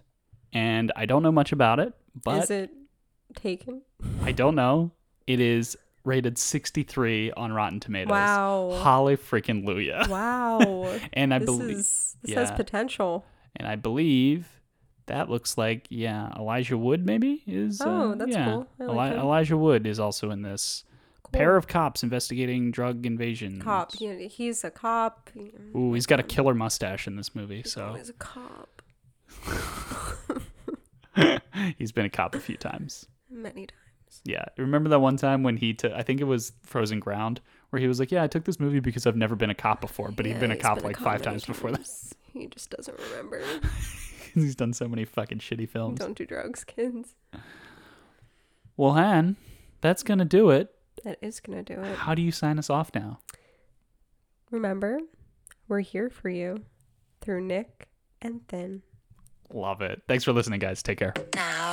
Speaker 1: and I don't know much about it, but
Speaker 3: Is it taken?
Speaker 1: I don't know. It is rated 63 on Rotten Tomatoes.
Speaker 3: Wow.
Speaker 1: Holly freaking Luya.
Speaker 3: Wow.
Speaker 1: And I
Speaker 3: this
Speaker 1: believe
Speaker 3: is this has
Speaker 1: yeah.
Speaker 3: potential.
Speaker 1: and I believe that looks like yeah, Elijah Wood maybe is.
Speaker 3: Oh,
Speaker 1: uh,
Speaker 3: that's
Speaker 1: yeah.
Speaker 3: cool. I like
Speaker 1: Eli-
Speaker 3: him.
Speaker 1: Elijah Wood is also in this. Pair of cops investigating drug invasion.
Speaker 3: Cop. He, he's a cop. He-
Speaker 1: Ooh, he's got a killer mustache in this movie, so
Speaker 3: He's a cop.
Speaker 1: he's been a cop a few times.
Speaker 3: Many times.
Speaker 1: Yeah, remember that one time when he took? I think it was Frozen Ground, where he was like, "Yeah, I took this movie because I've never been a cop before," but he'd been a
Speaker 3: he's
Speaker 1: cop
Speaker 3: been a
Speaker 1: like
Speaker 3: cop
Speaker 1: five
Speaker 3: many
Speaker 1: times before that.
Speaker 3: times. He just doesn't remember.
Speaker 1: he's done so many fucking shitty films.
Speaker 3: Don't do drugs, kids.
Speaker 1: Well, Han, that's gonna do it.
Speaker 3: That is gonna do it.
Speaker 1: How do you sign us off now?
Speaker 3: Remember, we're here for you through Nick and Thin.
Speaker 1: Love it. Thanks for listening, guys. Take care.
Speaker 6: Now